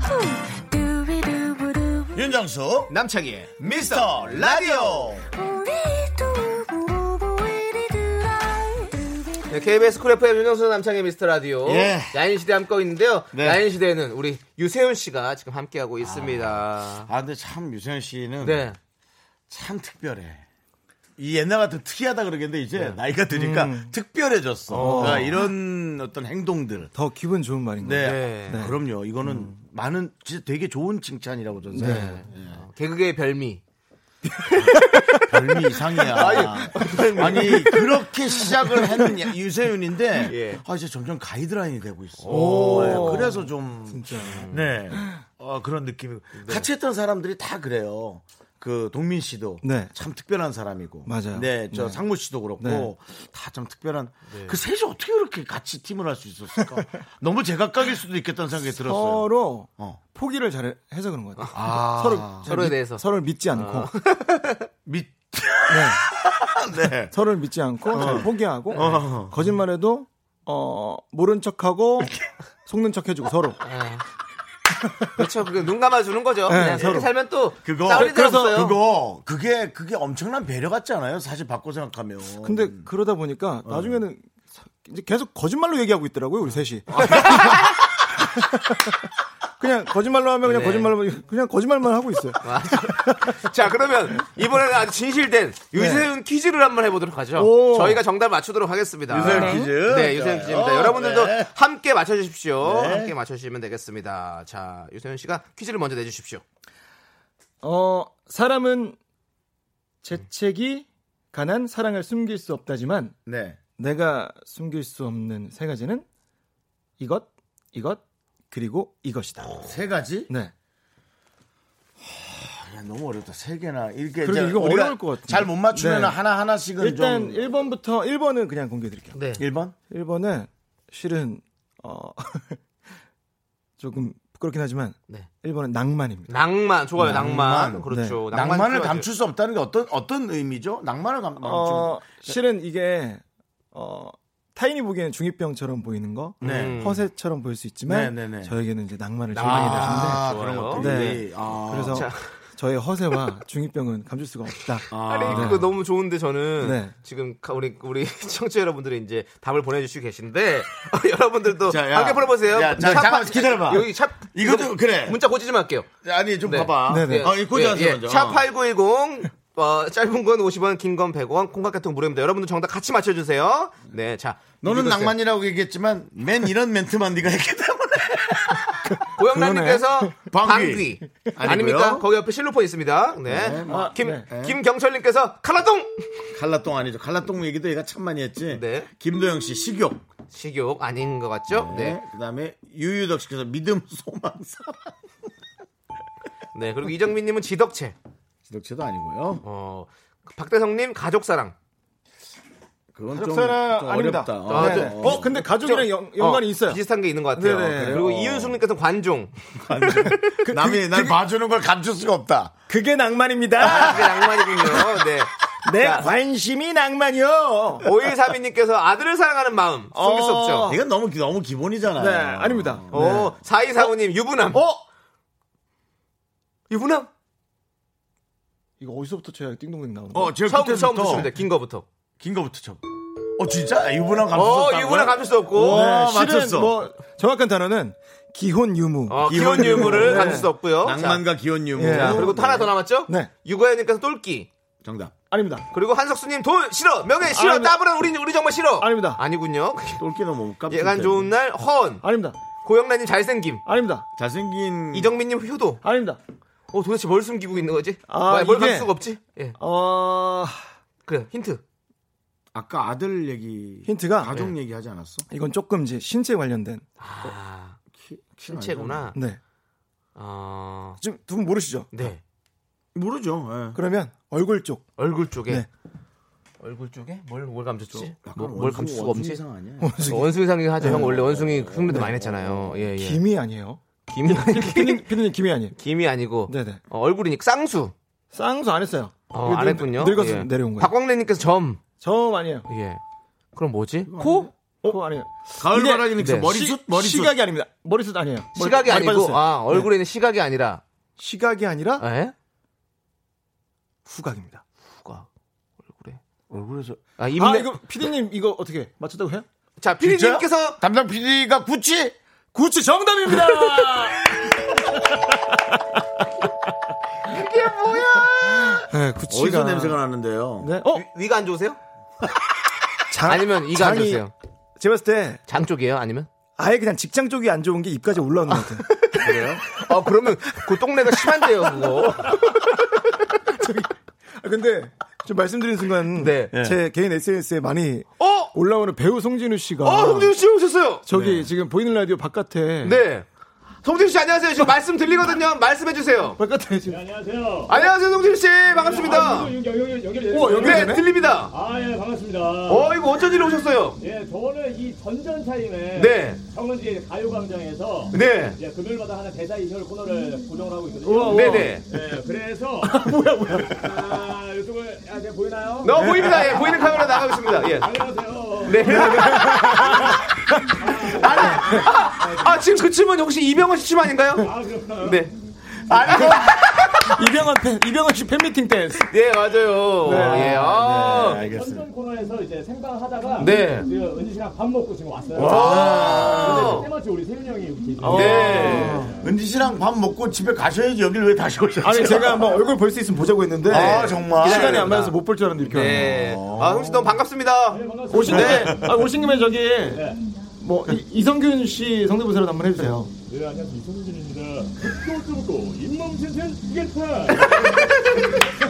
F: 후. 두비두부두.
B: 윤정수
C: 남창희의
B: 미스터 라디오.
F: 우리 두부부부 우리들아. 두비두부.
C: 네, KBS 쿨 FM 윤정수 남창의 미스터 라디오
B: 예.
C: 야인 시대 함께하고 있는데요.
B: 네.
C: 야인 시대에는 우리 유세윤 씨가 지금 함께하고 있습니다.
B: 아, 근데 참 유세현 씨는
C: 네,
B: 참 특별해. 이 옛날 같은 특이하다 그러겠는데 이제
C: 네.
B: 나이가 드니까
A: 음.
B: 특별해졌어. 그러니까 이런 어떤 행동들.
A: 더 기분 좋은 말인가요?
B: 네. 음.
C: 네.
B: 그럼요. 네. 이거는 많은 진짜 되게 좋은 칭찬이라고 저는 생각해요.
C: 개그계의 어, 별미.
B: 별미 이상이야. 아니, 그렇게 시작을 했는 유세윤인데
C: 예.
B: 아 이제 점점 가이드라인이 되고 있어.
C: 오.
B: 네, 그래서 좀 진짜. 네. 어, 그런 느낌이고 같이 했던 사람들이 다 그래요. 그 동민 씨도
A: 네.
B: 참 특별한 사람이고
A: 맞아요.
B: 네, 저
A: 네.
B: 상무 씨도 그렇고
A: 네.
B: 다 참 특별한 그 셋이 어떻게 그렇게 같이 팀을 할 수 있었을까? 너무 제각각일 수도 있겠다는 생각이 들었어요.
A: 서로
B: 어.
A: 포기를 잘 해서 그런 것 같아요.
B: 아.
A: 서로
C: 서로에
A: 믿-
C: 대해서.
A: 서로를 믿지 않고
B: 밑 네.
A: 서로를 믿지 않고 잘 포기하고
B: 어.
A: 거짓말해도 어 모른 척하고 속는 척해주고 서로
C: 그렇죠. 그눈 감아주는 거죠. 그냥 서로 살면 또
B: 네, 그거
C: 싸울 일 없어요.
B: 그거 그게 그게 엄청난 배려 같잖아요. 사실 바꿔 생각하면.
A: 근데
B: 음.
A: 그러다 보니까 나중에는 사- 이제 계속 거짓말로 얘기하고 있더라고요 우리 셋이 그냥 거짓말로 하면 그냥
C: 네.
A: 거짓말로 그냥 거짓말만 하고 있어요
C: 자 그러면 이번에는 아주 진실된
B: 네.
C: 유세윤 퀴즈를 한번 해보도록 하죠.
A: 오.
C: 저희가 정답 맞추도록 하겠습니다.
B: 유세윤 퀴즈?
C: 네, 유세윤
B: 좋아요.
C: 퀴즈입니다. 여러분들도
B: 네.
C: 함께 맞춰주십시오.
B: 네.
C: 함께 맞춰주시면 되겠습니다. 자, 유세윤 씨가 퀴즈를 먼저 내주십시오.
A: 어 사람은 재채기 가난 사랑을 숨길 수 없다지만
B: 네.
A: 내가 숨길 수 없는 세 가지는 이것, 이것, 그리고 이것이다.
B: 세 가지?
A: 네.
B: 야, 너무 어렵다. 세 개나 이렇게
A: 그러게,
B: 이제
A: 이거
B: 우리가
A: 어려울 것 같은데.
B: 잘못 맞추면
A: 네.
B: 하나 하나씩은
A: 일단
B: 좀
A: 1번부터 1번은 그냥 공개해 드릴게요.
C: 네.
B: 1번?
A: 1번은 실은 어 조금 부끄럽긴 하지만
C: 네.
A: 1번은 낭만입니다.
C: 낭만 좋아요. 낭만,
B: 낭만. 네.
C: 그렇죠.
A: 뭐
B: 낭만 을
C: 필요하죠.
B: 감출 수 없다는 게 어떤 어떤 의미죠? 낭만을 감, 감출
A: 어 실은 이게 어 타인이 보기에는 중이병처럼 보이는 거,
B: 네.
C: 음.
A: 허세처럼 보일 수 있지만
B: 네, 네, 네.
A: 저에게는 이제 낭만을 즐기게 되는데
B: 아,
C: 좋아요.
B: 그런 것들.
A: 네.
B: 아,
A: 그래서 저의 허세와 중이병은 감출 수가 없다.
C: 아니
B: 아,
C: 그거 너무 좋은데 저는
A: 네.
C: 지금 가- 우리 우리 청취자 여러분들이 이제 답을 보내주시고 계신데 여러분들도
B: 자, 야.
C: 함께 보내보세요.
B: 야, 자,
C: 샵-
B: 잠깐만 기다려봐.
C: 여기 샵
B: 이것도 그래.
C: 문자 고지 좀 할게요.
B: 아니 좀
C: 네. 예,
B: 봐봐.
A: 네, 네.
B: 어, 이꽂아서 먼저.
C: 샵8910 어, 짧은 건 50원, 긴 건 100원, 콩깍개통 무료입니다. 여러분들 정답 같이 맞춰주세요. 네, 자.
B: 너는
C: 읽어주세요.
B: 낭만이라고 얘기했지만 맨 이런 멘트만 네가 했기 때문에
C: 고영란님께서 방귀.
B: 방귀.
C: 아닙니까?
B: 아니고요.
C: 거기 옆에 실루폰 있습니다. 네.
A: 뭐,
C: 김,
A: 네.
C: 김경철님께서 칼라동!
B: 갈라똥 아니죠. 갈라똥 얘기도 얘가 참 많이 했지.
C: 네.
B: 김도영 씨 식욕.
C: 식욕 아닌 것 같죠?
B: 네.
C: 네.
B: 그다음에 유유덕 씨께서 믿음 소망 사랑.
C: 네. 그리고 이정민님은 지덕체.
B: 지덕체도 아니고요.
C: 어, 박대성님 가족사랑.
B: 그건 좀,
A: 가족사랑
B: 좀
A: 아닙니다.
B: 어렵다.
A: 아,
B: 어,
A: 네.
B: 어,
A: 어, 근데 가족이랑 연, 연관이
C: 어,
A: 있어요.
C: 비슷한 게 있는 것 같아요.
A: 네네.
C: 그리고
B: 어.
C: 이윤숙님께서 관종.
B: 남이 날 봐주는 걸 감출 수가 없다.
A: 그게 낭만입니다.
C: 이게 낭만이군요. 네.
A: 내
C: 자.
A: 관심이 낭만이요.
C: 5132님께서 아들을 사랑하는 마음. 숨길 수 없죠.
B: 이건 너무 기- 너무 기본이잖아요.
A: 네, 아닙니다.
C: 오, 4245님, 유부남.
A: 네. 어?
C: 유부남?
A: 이거 어디서부터 쳐야 띵동댕 나오는
B: 어, 제일
C: 처음, 처음
B: 끝에서부터
C: 듣습니다. 긴 거부터.
B: 긴 거부터 쳐. 어, 진짜 유부남 감출 수
C: 어,
B: 없다.
C: 유부남 감출 수 없고.
B: 네. 어,
A: 실은
B: 맞췄어.
A: 뭐 정확한 단어는 기혼 유무.
C: 어,
B: 기혼
C: 기혼 유무를
A: 네.
B: 유무.
C: 감출 수 없고요.
B: 낭만과 기혼 유무.
A: 예.
C: 자, 어, 그리고 또 하나 더 남았죠?
A: 네.
C: 유가연님께서 똘끼.
B: 정답.
A: 아닙니다.
C: 그리고 한석수님, 돈 싫어. 명예 싫어.
A: 아닙니다.
C: 따블은 우리, 우리 정말 싫어.
A: 아닙니다. 뭐.
C: 아니군요.
B: 똘끼는 뭐 깜짝.
C: 예간 좋은
A: 네.
C: 날, 허언.
A: 아닙니다.
C: 고영란님 잘생김.
A: 아닙니다.
B: 잘생긴
C: 이정민님 효도.
A: 아닙니다.
C: 어, 도대체 뭘 숨기고 있는 거지?
A: 아,
C: 와, 뭘
A: 이게-
C: 감출 수가 없지? 예.
A: 어,
C: 그래, 힌트.
B: 아까 아들 얘기
A: 힌트가
B: 가족 얘기하지 않았어?
A: 이건 조금 이제 신체 관련된.
C: 아,
B: 키는
C: 신체구나.
A: 네.
C: 어,
A: 지금 두 분 모르시죠?
C: 네.
B: 모르죠. 예.
A: 그러면 얼굴 쪽.
C: 얼굴 쪽에
A: 네.
C: 얼굴 쪽에 뭘 뭘 감췄지?
B: 약간
C: 뭐, 뭘
B: 원숭이,
C: 감출 수가
B: 원숭이
C: 없지?
B: 이상 아니야?
C: 원숭이 상이 하죠.
A: 네.
C: 형 원래 원숭이 흉내도 많이 냈잖아요. 예, 예.
A: 어, 김이 아니에요.
C: 김이 아니고
A: 피디님, 피디님 김이 아니에요.
C: 김이 아니고
A: 네네.
C: 어, 얼굴이니 쌍수.
A: 쌍수 안 했어요.
C: 어,
A: 이거
C: 안
A: 늙-
C: 했군요.
A: 늙어서
C: 예.
A: 내려온 거예요.
C: 박광래님께서 점.
A: 저 아니에요. 어,
C: 예. 그럼 뭐지? 코?
A: 코 아니에요.
B: 가을
A: 이게-
B: 바라기는 그
C: 네.
B: 머리숱
A: 시-
B: 머리숱
A: 시각이 아닙니다. 머리숱 아니에요. 머리-
C: 시각이
A: 머리
C: 아니고
A: 빠졌어요. 네.
C: 아 얼굴에 있는 시각이 아니라
A: 시각이 아니라
C: 예?
A: 후각입니다.
C: 후가 얼굴에
B: 얼굴에서
C: 아
A: 아
C: 입내
A: 이거 피디님 이거 어떻게 맞췄다고 해요?
C: 자 피디님께서
B: 담당 PD가 구찌
A: 구찌 정답입니다.
C: 이게 뭐야?
A: 네, 구찌가
B: 어디서 냄새가 나는데요?
A: 네. 어?
C: 위가 안 좋으세요?
A: 장,
C: 아니면 이가 안
A: 장이-
C: 좋으세요?
A: 제가 봤을 때
C: 장 쪽이에요? 아니면?
A: 아예 그냥 직장 쪽이 안 좋은 게 입까지 올라오는 것 같아요.
C: 어, 아 그러면 그 똥내가 심한데요 그거.
A: 근데 좀 말씀드린 순간
C: 네.
A: 제 개인 SNS에 많이
C: 어?
A: 올라오는 배우 송진우 씨가
C: 어, 성진우 씨 오셨어요.
A: 저기 지금 보이는 라디오 바깥에
C: 네. 성진우 씨 안녕하세요. 지금 말씀 들리거든요. 말씀해 주세요.
A: 바깥에 지금
G: 안녕하세요.
C: 안녕하세요, 성진우 씨. 반갑습니다.
G: 여기 여기
A: 우와, 여기-
C: 네,
A: 되네?
C: 들립니다.
G: 아예 반갑습니다.
C: 어, 이거 어쩐 일로 오셨어요?
G: 예, 저는 이 전전 타임에
C: 네.
G: 정은지 가요광장에서
C: 네.
G: 이제 금요일마다 하는 대사 인설 코너를 고정을 하고 있거든요.
C: 네네.
G: 네, 그래서 뭐야 뭐야. 아, 유튜브 아, 제 보이나요?
C: 너 보입니다. 예, 보이는 카메라 나가고 있습니다. 예.
G: 안녕하세요.
C: 네. 아니, 아, 아, 지금 그 춤은 혹시 이병헌 씨 춤 아닌가요?
G: 아, 그렇구나.
C: 네.
A: 이병헌 팬 이병헌 씨 팬미팅 댄스
C: 네, 맞아요. 예,
B: 네,
C: 아.
G: 전전 코너에서 이제 생방 하다가
C: 네.
G: 지금 은지 씨랑 밥 먹고 지금
D: 아.
G: 왔어요. 근데
C: 아.
G: 때마침 우리 세윤이 형이 이렇게 있어요.
C: 네.
B: 은지 씨랑 밥 먹고 집에 가셔야지 여길 왜 다시 오셨어요?
A: 아니 제가 한번 얼굴 볼 수 있으면 보자고 했는데
B: 아, 정말.
A: 시간이 안 맞아서 못 볼 줄 알았는데 이렇게
C: 네. 아, 형씨 너무 반갑습니다.
G: 반갑습니다.
A: 오신
C: 네.
A: 아, 오신 김에 저기 뭐 이- 이성균 씨 성대모사로 한번 해주세요.
G: 네, 안녕하세요. 이성준입니다. 뚜뚜뚜뚜 잇몸 신생 이겠다.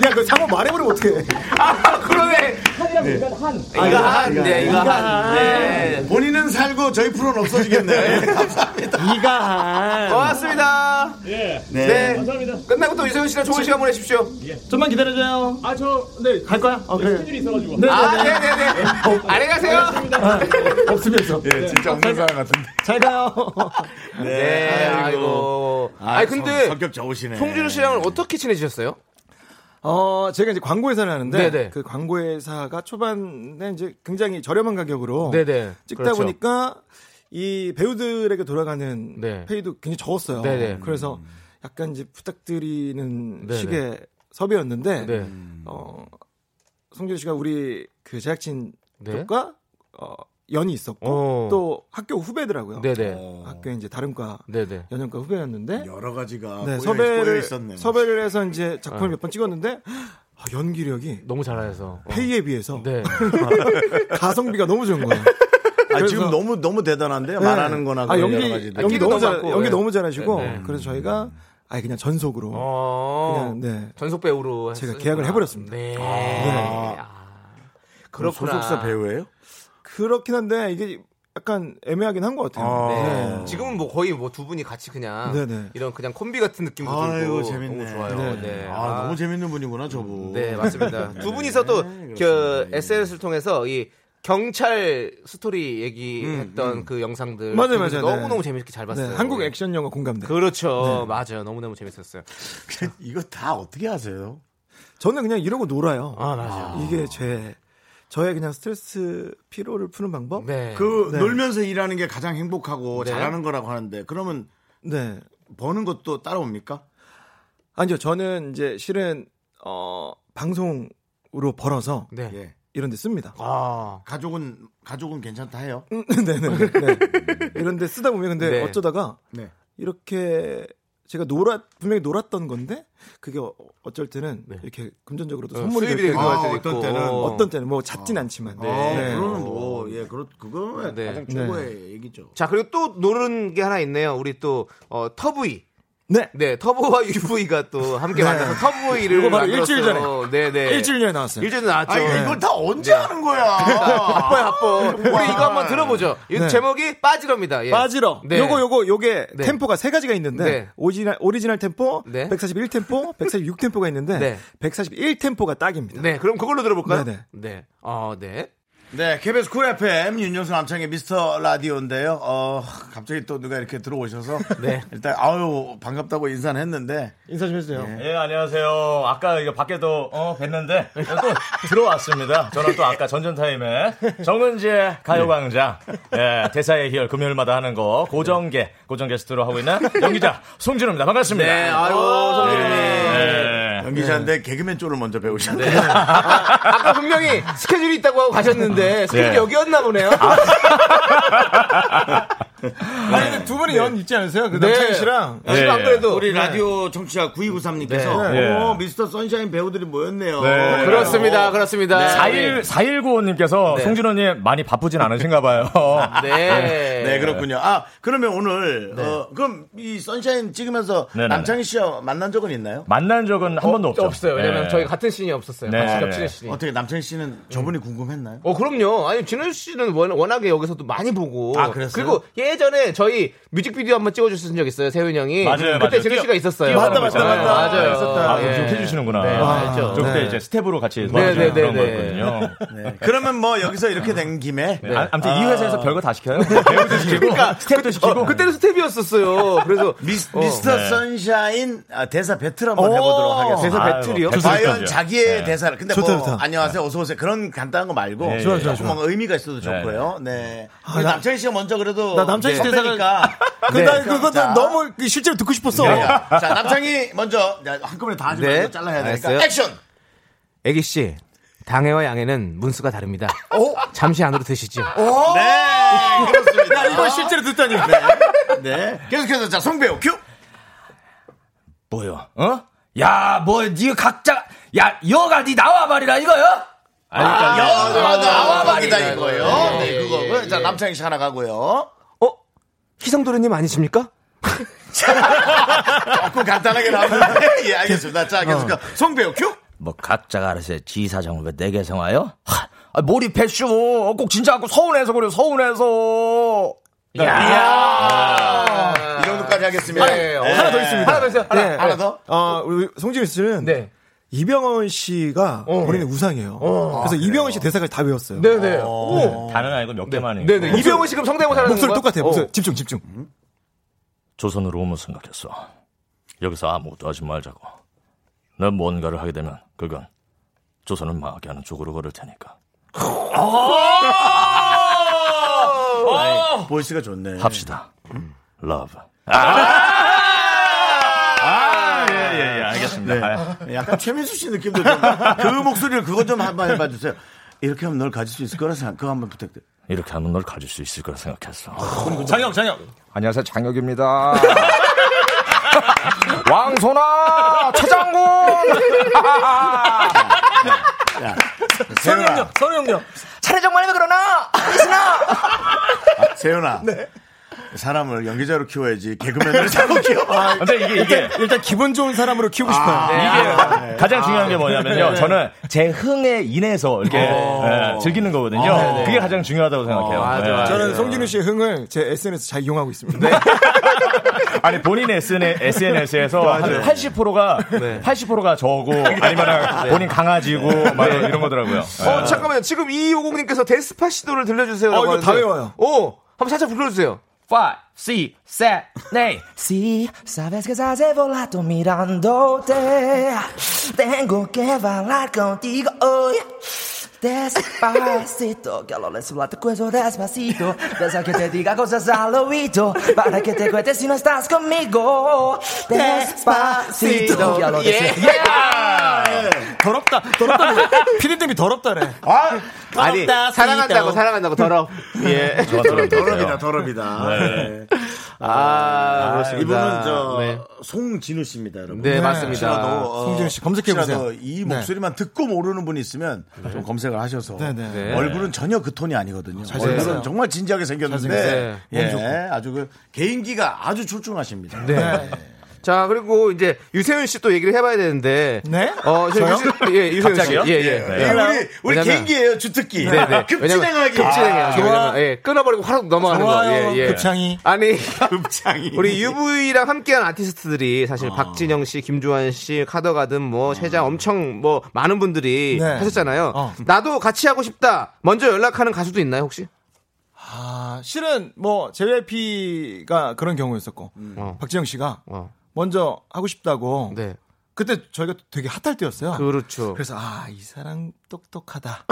A: 야, 그 상호 말해버리면 어떡해.
C: 아, 그러네.
G: 한이랑 일단 한.
C: 이거 한, 네, 이거 한. 네.
B: 본인은 살고 저희 프로는 없어지겠네. 감사합니다.
A: 이가 한.
C: 고맙습니다.
G: 예.
B: 네.
C: 네.
G: 감사합니다.
C: 끝나고 또 유세윤 씨랑 좋은 시간 보내십시오.
A: 좀만 기다려줘요.
G: 아, 저, 네.
A: 갈 거야? 어, 그래.
G: 큰일이 있어가지고.
C: 아,
A: 네, 네, 네.
C: 네네네. 안녕히 가세요.
A: 없으면서. 네.
B: 예, 진짜 없는 사람 같은데.
A: 잘 가요.
C: 네, 아이고. 아니, 근데
B: 성, 격 좋으시네.
C: 송진우 씨랑은 어떻게 친해지셨어요?
A: 어, 제가 이제 광고회사를 하는데
C: 네, 네.
A: 그 광고회사가 초반에 이제 굉장히 저렴한 가격으로
C: 네네.
A: 어, 찍다
C: 그렇죠.
A: 보니까 이 배우들에게 돌아가는
C: 네.
A: 페이도 굉장히 적었어요.
C: 네네. 음.
A: 그래서 약간 이제 부탁드리는
C: 네네.
A: 식의 섭외였는데
C: 네.
B: 음.
A: 어, 송준 씨가 우리 그 제작진
C: 네.
A: 쪽과 어, 연이 있었고
C: 어.
A: 또 학교 후배더라고요.
C: 네네.
A: 학교 이제 다름과
C: 네네.
A: 연영과 후배였는데
B: 어, 여러 가지가 꼬여,
A: 네,
B: 꼬여
A: 섭외를
B: 있었네.
A: 섭외를 해서 이제
C: 아.
A: 작품을 몇 번 찍었는데 아, 연기력이
C: 너무 잘하셔서. 어.
A: 페이에 비해서
C: 네.
A: 가성비가 너무 좋은 거예요.
B: 아,
A: 그래서-
B: 지금 너무 너무 대단한데요.
A: 네.
B: 그러니까 말하는 거나
A: 아,
B: 그런
A: 연기
B: 여러 가지들.
A: 연기
C: 끼도
A: 너무 잘
C: 많고,
A: 연기
C: 네.
A: 너무 잘하시고
C: 네, 네.
A: 그래서 저희가 아예 그냥 전속으로
C: 어.
A: 그냥 네
C: 전속 배우로
A: 제가
C: 했었구나.
A: 계약을 해버렸습니다.
C: 네.
A: 네.
C: 아,
B: 그럼
C: 그렇구나.
B: 소속사 배우예요?
A: 그렇긴 한데 이게 약간 애매하긴 한 것 같아요.
B: 아.
C: 네. 지금은 뭐 거의 뭐 두 분이 같이 그냥
A: 네네.
C: 이런 그냥 콤비 같은 느낌도
B: 아이고
C: 들고
B: 재밌네.
C: 너무 좋아요. 네.
B: 아, 너무 재밌는 분이구나 저분.
C: 네 맞습니다. 두 분이서 또
B: 네,
C: 그
B: 그렇습니다.
C: SNS를 통해서 이 경찰 스토리 얘기했던 그 영상들
A: 음, 맞아요, 맞아요.
C: 너무 너무
A: 네.
C: 재밌게 잘
A: 네,
C: 봤어요.
A: 한국 액션 네. 영화 공감대.
C: 그렇죠. 맞아요. 너무 너무 재밌었어요. 네.
B: 이거 다 어떻게 하세요?
A: 저는 그냥 이러고 놀아요.
C: 아 맞아요.
A: 이게 제 저의 그냥 스트레스 피로를 푸는 방법.
C: 네.
B: 그
A: 네.
B: 놀면서 일하는 게 가장 행복하고
C: 네.
B: 잘하는 거라고 하는데 그러면
A: 네.
B: 버는 것도 따라옵니까?
A: 아니요, 저는 이제 실은 어 방송으로 벌어서
C: 네.
B: 예.
A: 이런데 씁니다.
C: 아.
B: 가족은 가족은 괜찮다 해요.
A: 음, 네네. 네. 이런데 쓰다 보면 근데
C: 네.
A: 어쩌다가
B: 네.
A: 이렇게 제가 놀았 분명히 놀았던 건데 그게 어- 어쩔 때는
C: 네.
A: 이렇게 금전적으로도
C: 어,
A: 선물이
C: 수입이
A: 될 때가
C: 되고 할
B: 아,
C: 때도
B: 어떤
C: 있고.
B: 때는
C: 어.
A: 어떤 때는 뭐 작진 않지만
B: 네.
C: 네.
B: 그거는 뭐, 예, 그렇, 그거
C: 네.
B: 가장 최고의 얘기죠.
C: 자 그리고 또 노른 게 하나 있네요. 우리 또 어, 터브이.
A: 네.
C: 네, 터보와 UV가 또 함께 만나서 터보이를
A: 이거 네. 바로 일주일
C: 네, 네.
A: 일주일 전에 나왔어요.
C: 일주일 전에 나왔죠. 네.
B: 아, 이거, 이걸 다 언제 하는 거야?
C: 바빠요, 바빠. 아. 우리 이거 한번 들어보죠. 이
A: 네.
C: 제목이 빠지럽니다. 예.
A: 빠지러.
C: 네.
A: 요거 요거 요게
C: 네.
A: 템포가 세 가지가 있는데
C: 네.
A: 오리지널 오리지널 템포,
C: 네.
A: 141 템포, 146 템포가 있는데
C: 네.
A: 141 템포가 딱입니다.
C: 네, 그럼 그걸로 들어볼까요?
A: 네,
C: 네. 어, 네.
B: 네, KBS 쿨 FM 윤정수 남창의 미스터 라디오인데요. 어, 갑자기 또 누가 이렇게 들어오셔서
C: 네.
B: 일단 아유 반갑다고 인사는 했는데
A: 인사 좀 해주세요.
G: 예, 안녕하세요. 아까 이거 밖에도 어, 뵀는데 또 들어왔습니다. 저는 또 아까 전전타임에 정은지의 가요광장 예, 대사의 희열 금요일마다 하는 거 고정계 고정 게스트로 하고 있는 연기자 송진우입니다. 반갑습니다.
C: 네, 아이고, 성준님.
G: 예.
B: 연기자인데 개그맨 쪽을 먼저 네. 배우셨네요.
C: 아까 분명히 네. 스케줄이 있다고 하고 가셨는데, 스케줄이
G: 네.
C: 여기였나 보네요.
A: 아니 근데 두 분이 연 있지 않으세요? 그
C: 네.
A: 남창희 씨랑
B: 지금
G: 예,
B: 안
G: 예.
B: 그래도 우리
C: 네.
B: 라디오 청취자 9293님께서
G: 네.
B: 어, 미스터 선샤인 배우들이 모였네요. 어.
G: 네.
C: 그렇습니다. 그렇습니다.
G: 4일, 4195님께서
C: 네.
G: 송진호님 많이 바쁘진 않으신가 봐요.
C: 네.
B: 네, 그렇군요. 아, 그러면 오늘, 어, 그럼 이 선샤인 찍으면서
G: 네, 네,
B: 남창희 씨와 만난 적은 있나요?
G: 만난 적은 한 번도 없죠.
C: 없어요. 왜냐면
G: 네.
C: 저희 같은 씬이 없었어요.
G: 네,
C: 같이
G: 네.
C: 겹치는 씬이.
B: 어떻게 남창희 씨는 저분이 궁금했나요?
C: 어 그럼요. 아니 진우 씨는 원- 워낙에 여기서도 많이 보고.
B: 아, 그랬어요?
C: 리고 예전에 저희 뮤직비디오 한번 찍어주신 적 있어요. 세훈 형이.
G: 맞아요,
C: 그때
G: 맞아요.
C: 진우 씨가
G: 뛰어-
C: 있었어요.
G: 뛰어가는
B: 맞다, 맞다,
G: 거 있잖아요.
B: 맞다.
C: 맞아요.
B: 있었다.
G: 네. 아,
C: 예.
G: 좀 해주시는구나.
C: 네, 알죠.
G: 저 그때
C: 네.
G: 이제 스텝으로 같이
C: 네, 네,
G: 도와주는 그런
C: 네,
G: 거였거든요.
B: 네. 그러면 뭐 여기서 이렇게 된 김에 그러니까
G: 아, 아무튼 이 회사에서 별거 다 시켜요. 배우도 시키고, 스텝도 시키고.
C: 어, 그때는 스텝이었었어요. 그래서
B: 미스,
C: 어.
B: 미스터
G: 네.
B: 선샤인 아, 대사 배틀 한번 해보도록 하겠습니다.
C: 대사 배틀이요?
G: 아이고,
B: 과연
G: 배틀까지요.
B: 자기의
G: 네.
B: 대사를 근데
A: 좋다,
B: 뭐
A: 좋다.
B: 안녕하세요 어서 오세요 그런 간단한 거 말고
G: 네,
B: 조금
G: 좋아, 좋아,
B: 뭔가 의미가 있어도 좋고요. 네. 우리
A: 아, 나-
B: 남창희 씨가 먼저 그래도
A: 나 남창희 씨 대사를-
B: 선배니까. 네.
A: 근데 나 그거
B: 자.
A: 너무 실제로 듣고 싶었어.
B: 네. 자 남창희 먼저 야, 한꺼번에 다 하지
C: 네.
B: 말고 잘라야 되니까
C: 알았어요.
B: 액션.
C: 애기 씨 당해와 양해는 문수가 다릅니다. 잠시 안으로 드시죠.
B: 네 그렇습니다.
A: 실제로 듣다니.
B: 네 계속해서 자 송배우 큐.
G: 뭐요? 어? 야, 뭐, 니가 각자, 야, 여가 니 나와버리라 이거요? 아니,
B: 아,
G: 그러니까
B: 여가 나와말이다
C: 나와말이다
B: 이거요.
C: 이거예요.
B: 네 그거고요. 자 남창희 씨 하나 가고요.
C: 어? 희성도련님 아니십니까?
B: 조금 간단하게 나오는데 예 알겠습니다. 자 계속해서
A: 어.
B: 송배우 큐.
G: 뭐 각자가 알아서 지사정 왜 내게 성화요? 하, 아, 몰입했쇼. 어, 꼭 진짜 갖고 서운해서 그래 서운해서. 예.
B: 이 정도까지 하겠습니다.
C: 아, 네, 어, 하나 더 있습니다. 하나 더 있어요. 하나.
A: 네.
B: 하나 더?
A: 어, 우리 송지민 씨는
C: 네.
A: 이병헌 씨가
G: 어.
A: 우리는 우상이에요. 그래서 이병헌 씨 대사까지 다 외웠어요.
C: 네네. 오.
G: 단은 아니고 몇 개만 해요.
C: 네네. 이병헌 씨 그럼 성대모사 하는
A: 목소리
C: 거야? 어.
A: 똑같아요. 목소리 집중 집중.
G: 조선으로 오면 생각했어. 여기서 아무것도 하지 말자고. 난 뭔가를 하게 되면 그건 조선을 망하게 하는 쪽으로 걸을 테니까. 아!
B: 보이스가 좋네.
G: 합시다. 러브.
B: 약간 최민수 씨 느낌도 좀 그 목소리를 그거 좀 한번 해봐 주세요. 이렇게 하면 널 가질 수 있을 거라 생각. 그거 한번 부탁드려.
G: 이렇게 하면 널 가질 수 있을 거라 생각했어.
H: 장혁 장혁
G: 안녕하세요 장혁입니다. 왕소나 최장군
B: 세훈아,
A: 서로 형님.
G: 차례정만해도 그러나
B: 세훈아. 사람을 연기자로 키워야지 개그맨으로 자꾸 키워.
G: 근데 이게 이게
A: 일단 기분 좋은 사람으로 키우고
G: 아,
A: 싶어요.
G: 이게 가장 중요한 게 뭐냐면요. 저는 제 흥에 인해서 이렇게 예, 즐기는 거거든요. 그게 가장 중요하다고 생각해요. 예.
A: 저는 송진우 씨의 흥을 제 SNS 잘 이용하고
C: 어.
A: 있습니다.
C: 네.
G: 아니 본인 SNS에서 네. 한 80%가 80%가 저고 아니면 본인 강아지고 막 이런 거더라고요.
C: 어, 잠깐만요. 지금 2250님께서 데스파시도를 들려주세요.
A: 네. 어, 이거 다 외워요.
C: 오, 한번 살짝 불러주세요.
G: 5, 6, 7, 8
I: Si sabes que estás volato mirándote, tengo que bailar contigo hoy. Despacito, que lo les tu cuello despacito. Deja que te diga cosas al oído, para que te cuentes si no estás conmigo. Despacito,
G: 예.
C: 예.
I: que lo deseo.
A: 예. 더럽다. 더럽다. 피디님이 더럽다래.
C: 아니, 사랑한다고, 사랑한다고, 더러. 예.
B: 더럽이다, 더럽이다. 네.
C: 아,
B: 이분은 저
C: 네.
B: 송진우 씨입니다, 여러분.
C: 네, 맞습니다.
B: 혹시라도, 어,
A: 송진우 씨 검색해보세요.
B: 혹시라도 이
A: 네.
B: 목소리만 듣고 모르는 분이 있으면 좀 검색을 하셔서
A: 네, 네. 네.
B: 얼굴은 전혀 그 톤이 아니거든요.
A: 생겼어요.
B: 얼굴은 정말 진지하게 생겼는데
C: 잘생겼어요.
B: 예, 아주 그 개인기가 아주 출중하십니다.
C: 네. 자, 그리고 이제 유세윤 씨 또 얘기를 해봐야 되는데.
A: 네?
C: 어, 저희
A: 저요? 네.
C: 유세- 예, 유세윤 씨.
G: 갑자기요?
C: 예, 예.
B: 이 우리 우리
C: 왜냐면-
B: 개인기예요 주특기.
C: 네네.
B: 급진행하기.
C: 급진행이야.
B: 아,
C: 왜냐면, 예, 끊어버리고 화로 넘어가는
A: 좋아요,
C: 거. 예, 예.
A: 급창이.
C: 아니.
B: 급장이.
C: 우리 UV랑 함께한 아티스트들이 사실 박진영 씨, 김주환 씨, 카더가든 뭐 최장 엄청 뭐 많은 분들이
A: 네.
C: 하셨잖아요.
A: 어.
C: 나도 같이 하고 싶다. 먼저 연락하는 가수도 있나요 혹시?
A: 아, 실은 뭐 JYP가 그런 경우였었고
C: 어.
A: 박지영 씨가
C: 어.
A: 먼저 하고 싶다고
C: 네.
A: 그때 저희가 되게 핫할 때였어요.
C: 그렇죠.
A: 래서 아 이 사람 똑똑하다.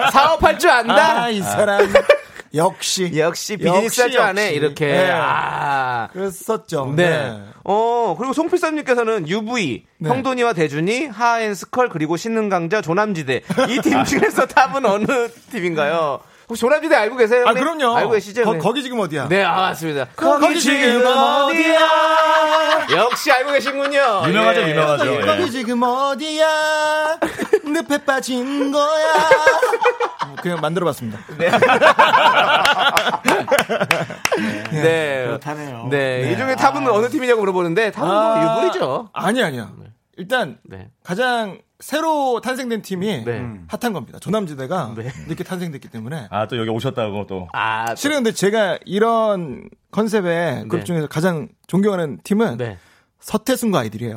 C: 아, 사업할 줄 안다.
A: 아 이 사람 역시
C: 역시 비즈니스 할 줄 아네
A: 역시.
C: 이렇게.
A: 네.
C: 아.
A: 그랬었죠.
C: 네.
A: 네.
C: 어, 그리고 송필삼님께서는 UV,
A: 네.
C: 형돈이와 대준이, 하앤스컬, 그리고 신능강자, 조남지대. 이 팀 중에서 탑은 어느 팀인가요? 혹시 조남지대 알고 계세요?
A: 아,
C: 형님?
A: 그럼요.
C: 알고 계시죠?
A: 거,
C: 형님?
A: 거기 지금 어디야?
C: 네, 아, 맞습니다.
A: 거기 지금 어디야?
C: 역시 알고 계신군요. 네.
G: 유명하죠, 유명하죠.
A: 거기,
G: 예.
A: 거기 지금 어디야? 늪에 빠진 거야. 뭐 그냥 만들어봤습니다.
G: 예.
C: 네. 네.
B: 그렇다네요.
C: 네. 이 중에 탑은 어느 팀이냐고 물어보는데 탑은 뭐 유불이죠.
A: 아니 아니야. 일단
C: 네.
A: 가장 새로 탄생된 팀이
C: 네.
A: 음, 핫한 겁니다. 조남지대가 이렇게 탄생됐기 때문에.
G: 아, 또 여기 오셨다고 또.
C: 아,
A: 실은 근데 제가 이런 컨셉의 그룹
C: 네.
A: 중에서 가장 존경하는 팀은
C: 네.
A: 서태순과 그 아이들이에요.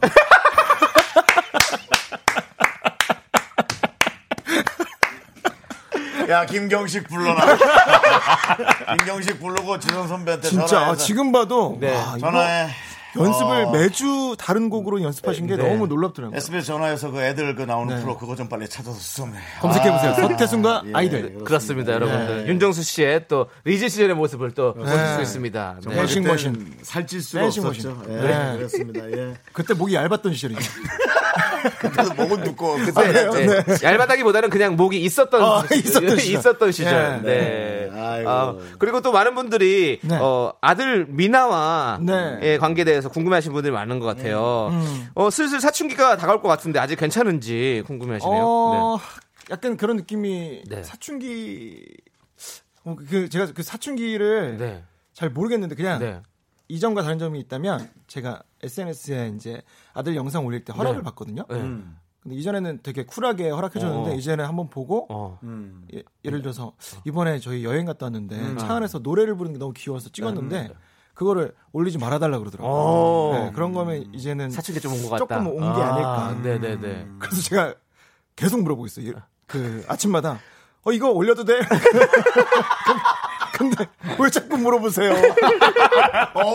B: 야 김경식 불러라. 김경식 부르고 지선 선배한테
A: 진짜
B: 전화해서
A: 아, 지금 봐도
C: 네.
A: 와, 이거
B: 전화해.
A: 연습을
B: 어.
A: 매주 다른 곡으로 연습하신 게
C: 네.
A: 너무 놀랍더라고요.
B: SBS 전화해서 그 애들 그 나오는
A: 네.
B: 프로 그거 좀 빨리 찾아서 수정해.
C: 아.
A: 검색해보세요. 서태순과
C: 예.
A: 아이들.
C: 그렇습니다, 여러분들. 윤정수 씨의 또 리즈 시절의 모습을 또 보실 수 있습니다. 네.
A: 정말 싱- 머신.
B: 그때는 살찔 수가
A: 댄싱
B: 없었죠.
A: 머신.
B: 예,
A: 네.
B: 그렇습니다. 예.
A: 그때 목이 얇았던
C: 아,
A: 시절이죠.
B: 그때도 목은 두꺼워. 아, 그때
C: 네. 얇아다기보다는 그냥 목이 있었던
A: 어,
C: 시절.
A: 있었던 시절.
C: 있었던 시절.
A: 네.
C: 네.
B: 네. 아이고.
C: 아, 그리고 또 많은 분들이
A: 네.
C: 어, 아들 미나와
A: 네. 음.
C: 의 관계에 대해서 궁금해하시는 분들이 많은 것 같아요. 어, 슬슬 사춘기가 다가올 것 같은데 아직 괜찮은지 궁금해하시네요.
A: 어, 약간 그런 느낌이
C: 네.
A: 사춘기 어, 그 제가 그 사춘기를
C: 네. 네.
A: 잘 모르겠는데 그냥
C: 네.
A: 이전과 다른 점이 있다면 제가 SNS에 이제 아들 영상 올릴 때 허락을 받거든요.
C: 네.
A: 근데 이전에는 되게 쿨하게 허락해 줬는데
C: 어.
A: 이제는 한번 보고
C: 어.
A: 예, 를 들어서 이번에 저희 여행 갔다 왔는데
C: 음, 네.
A: 차 안에서 노래를 부르는 게 너무 귀여워서 찍었는데 그거를 올리지 말아달라
C: 어. 음.
A: 그러더라고요. 네, 그런 거면 이제는
C: 사춘기 좀 온 것 같다.
A: 조금 온 게
C: 아,
A: 아. 닐까
C: 네네네.
A: 그래서 제가 계속 물어보고 있어요. 그 아침마다 어 이거 올려도 돼? 근데 왜 자꾸 물어보세요?
B: 오,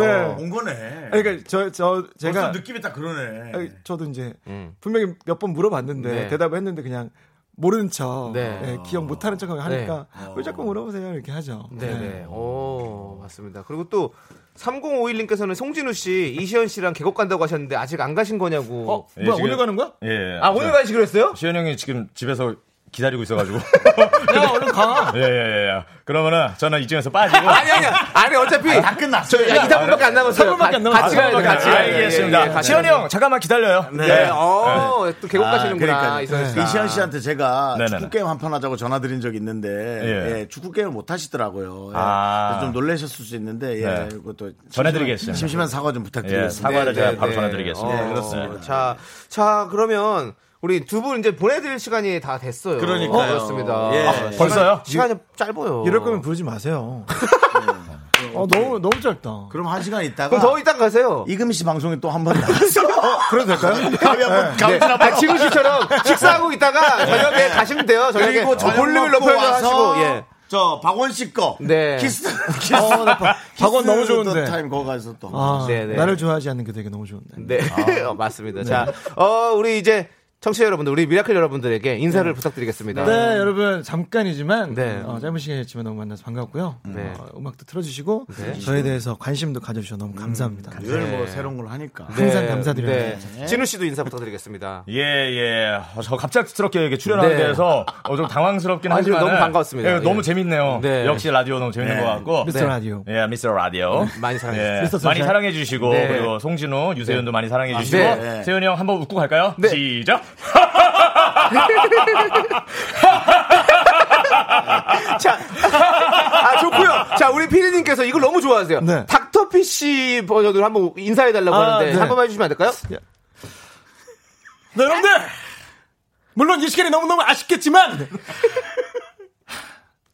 A: 네.
B: 온 거네.
A: 그러니까 저 저
B: 벌써
A: 제가
B: 느낌이 딱 그러네.
A: 아니, 저도 이제
C: 음.
A: 분명히 몇 번 물어봤는데
C: 네.
A: 대답을 했는데 그냥 모르는 척,
C: 네.
A: 예, 기억 못하는 척 하니까 왜 자꾸 물어보세요 이렇게 하죠.
C: 네네. 오, 맞습니다. 그리고 또 3051님께서는 송진우 씨, 이시연 씨랑 계곡 간다고 하셨는데 아직 안 가신 거냐고.
A: 어,
G: 예,
A: 뭐야
G: 지금-
A: 오늘 가는 거야?
G: 예.
C: 아, 오늘 가시기로 했어요?
G: 시현 형이 지금 집에서 기다리고 있어가지고.
A: 야 얼른 가.
G: 예, 예, 예, 예. 그러면은 저는 이쯤에서 빠지고.
C: 어. 아니, 아니, 아니, 어차피.
B: 다 끝났어.
C: 저, 야, 2단분밖에 안 남았어요.
A: 삼분밖에 안 남았어요.
C: 같이 가야 돼, 같이. 가야 돼. 예, 예,
G: 알겠습니다.
C: 같이
G: 시현이
C: 가야 돼.
G: 형, 잠깐만 기다려요.
C: 네. 어, 또 계곡 가시는구나.
B: 그러니까요. 네.
C: 이선 씨.
B: 이시현 씨한테 제가
G: 네네네.
B: 축구 게임 한 판 하자고 전화 드린 적이 있는데
G: 예.
B: 예, 축구 게임을 못 하시더라고요. 예.
G: 아.
B: 그래서 좀 놀라셨을 수 있는데 예,
G: 네.
B: 그것도
G: 전해드리겠습니다.
B: 심심한 사과 좀
G: 예,
B: 부탁드리겠습니다.
G: 사과를 제가
C: 네,
G: 바로
C: 네.
G: 전해드리겠습니다.
C: 어, 자, 자, 그러면 우리 두 분 이제 보내드릴 시간이 다 됐어요.
B: 그러니까요.
C: 그렇습니다.
B: 예.
C: 아,
G: 벌써요?
C: 시간이 짧아요.
A: 이럴 거면 부르지 마세요. 어 너무 너무 짧다.
B: 음. 그럼 한 시간 있다가
C: 그럼 더 이따 가세요.
B: 이금희 씨 방송에 또 한 번 나가서 그래도 될까요? 가위 한번 가위
C: 네. 아, 지금 씨처럼 식사하고 있다가 저녁에 가시면 돼요. 네. 저녁에
B: 그리고 저녁
C: 볼륨을
B: 먹고
C: 높여서
B: 와서
C: 하시고. 예.
B: 저 박원 씨 거.
C: 네.
B: 키스 키스.
A: 어, 나 바- 박원 너무
B: 키스 더
A: 좋은데.
B: 타임 거기 가서 또.
A: 아,
C: 네네.
A: 나를 좋아하지 않는 그 되게 너무 좋은데.
B: 음.
C: 네.
A: 아.
C: 어,
A: 네.
C: 맞습니다. 자, 어, 우리 이제 청취자 여러분들, 우리 미라클 여러분들에게 인사를 부탁드리겠습니다.
A: 네, 여러분 잠깐이지만
C: 네.
A: 어, 짧은 시간이었지만 너무 만나서 반갑고요.
C: 네.
A: 어, 음악도 틀어주시고
C: 네.
A: 저에 대해서 관심도 가져주셔서 너무 감사합니다.
B: 늘뭐 새로운 걸 하니까.
A: 항상 감사드려요.
C: 네. 진우 씨도 인사 부탁드리겠습니다.
G: 예, 예. 어, 저 갑작스럽게 이렇게 출연하게
C: 네.
G: 돼서 어, 좀 당황스럽긴
C: 아,
G: 하지만
C: 너무 반가웠습니다. 예.
G: 너무 재밌네요.
C: 네.
G: 역시 라디오 너무 재밌는 것 같고.
A: 미스터
C: 네.
A: 라디오.
G: 예, 미스터 라디오.
C: 많이 사랑해주세요.
G: 예,
A: 미스터
G: 많이
A: 선샤인.
G: 사랑해 주시고
C: 네.
G: 그리고 송진우, 유세윤도 많이 사랑해 주시고
C: 네.
B: 네.
G: 세윤이 형 한번 웃고 갈까요?
C: 네.
G: 시작.
C: 자, 아, 좋고요. 자, 우리 피디님께서 이걸 너무 좋아하세요.
A: 네.
C: 닥터피 씨 버전으로 한번 인사해달라고
A: 아,
C: 하는데,
A: 네.
C: 한 번만 해주시면 안 될까요?
A: 네, 여러분들! 물론 이 시간이 너무너무 아쉽겠지만,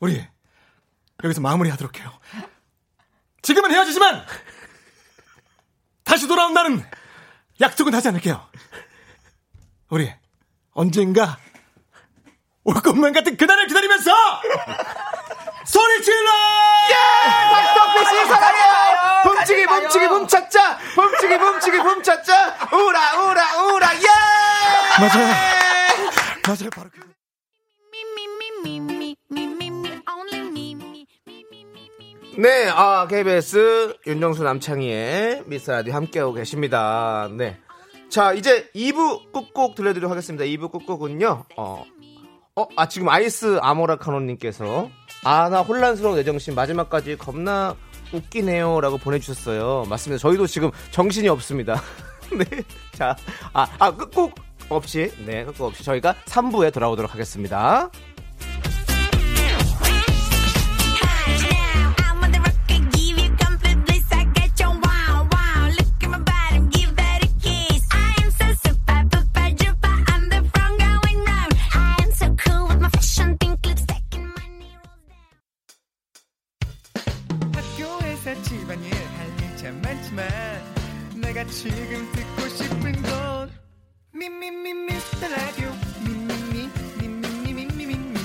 A: 우리, 여기서 마무리 하도록 해요. 지금은 헤어지지만, 다시 돌아온다는 약속은 하지 않을게요. 우리, 언젠가, 올 것만 같은 그날을 기다리면서, 소리 질러!
C: 닥터피 씨 사랑해요! 붐치기, 붐치기, 붐차짜! 붐치기, 붐치기, 붐차짜! 우라, 우라, 우라, 예!
A: 맞아요. 맞아요, 바로 그.
C: 네, 아, KBS 윤정수 남창희의 미스라디 함께하고 계십니다. 네. 자, 이제 2부 꾹꾹 들려드리도록 하겠습니다. 2부 꾹꾹은요, 어, 어, 아, 지금 아이스 아모라카노님께서, 아, 나 혼란스러운 내정신 마지막까지 겁나 웃기네요. 라고 보내주셨어요. 맞습니다. 저희도 지금 정신이 없습니다. 네. 자, 아, 아, 끝곡 없이, 네, 끝곡 없이 저희가 3부에 돌아오도록 하겠습니다.
J: 학교에서 집안일 할 일 참 많지만 내가 지금 듣고 싶은 건 미미미 미스터 라디오 미미미 미미미 미미미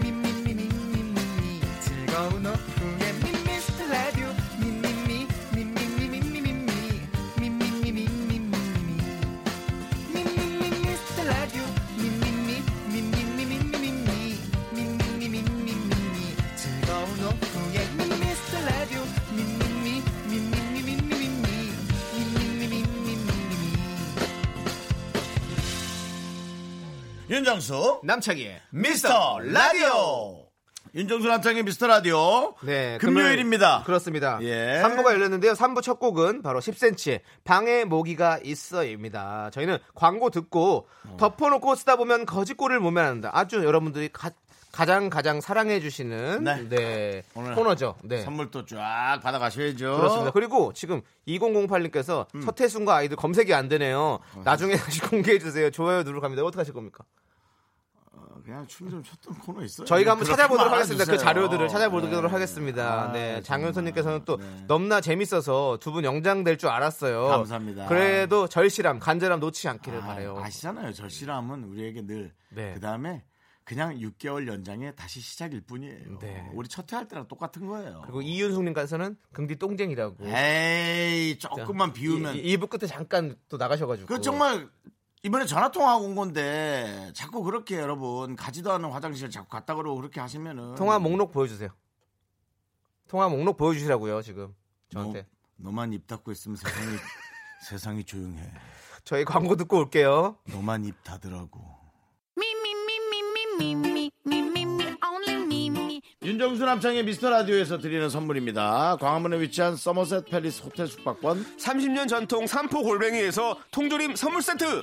J: 미미미 미미미 즐거운 오후에 미스터 라디오 미미미 미미미 미미미 미미미 미미미
B: 윤정수
C: 남창희의
B: 미스터 라디오 윤정수 남창의 미스터 라디오
C: 네,
B: 금요일입니다.
C: 금요일, 그렇습니다.
B: 예.
C: 3부가 열렸는데요. 3부 첫 곡은 바로 10cm의 방에 모기가 있어입니다. 저희는 광고 듣고 덮어놓고 쓰다 보면 거짓골을 모면한다. 아주 여러분들이 가, 장 가장 사랑해 주시는
B: 네.
C: 네.
B: 오늘
C: 코너죠. 네.
B: 선물 또 쫙 받아가셔야죠.
C: 그렇습니다. 그리고 지금 2008님께서
B: 음.
C: 서태순과 아이들 검색이 안 되네요.
B: 어.
C: 나중에 다시 공개해 주세요. 좋아요 누르갑니다. 어떻게 하실 겁니까?
B: 그냥 춤 좀 췄던 코너 있어요.
C: 저희가 한번
B: 그렇게
C: 찾아보도록
B: 말아주세요.
C: 하겠습니다. 그 자료들을 찾아보도록
B: 네.
C: 하겠습니다.
B: 아,
C: 네,
B: 정말.
C: 장윤선님께서는 또
B: 네.
C: 너무나 재밌어서 두 분 영장 될 줄 알았어요.
B: 감사합니다.
C: 그래도 절실함, 간절함 놓치지 않기를 바래요.
B: 아, 아시잖아요. 절실함은 우리에게 늘.
C: 네.
B: 그 다음에 그냥 6개월 연장에 다시 시작일 뿐이에요.
C: 네.
B: 우리 첫 회 할 때랑 똑같은 거예요.
C: 그리고 이윤숙님께서는 금디 똥쟁이라고.
B: 아, 에이, 조금만 비우면.
C: 이, 부 끝에 잠깐 또 나가셔가지고.
B: 그 정말 이번에 전화 통화하고 온 건데 자꾸 그렇게 여러분 가지도 않은 화장실 자꾸 갔다 그러고 그렇게 하시면은
C: 통화 뭐- 목록 보여주세요. 통화 목록 보여주시라고요 지금 저한테.
B: 너, 만입 닫고 있으면 세상이 세상이 조용해.
C: 저희 광고 듣고 올게요.
B: 너만 입 닫으라고. 윤정수 남창의 미스터 라디오에서 드리는 선물입니다. 광화문에 위치한 서머셋 팰리스 호텔 숙박권,
J: 30년 전통 삼포 골뱅이에서 통조림 선물 세트.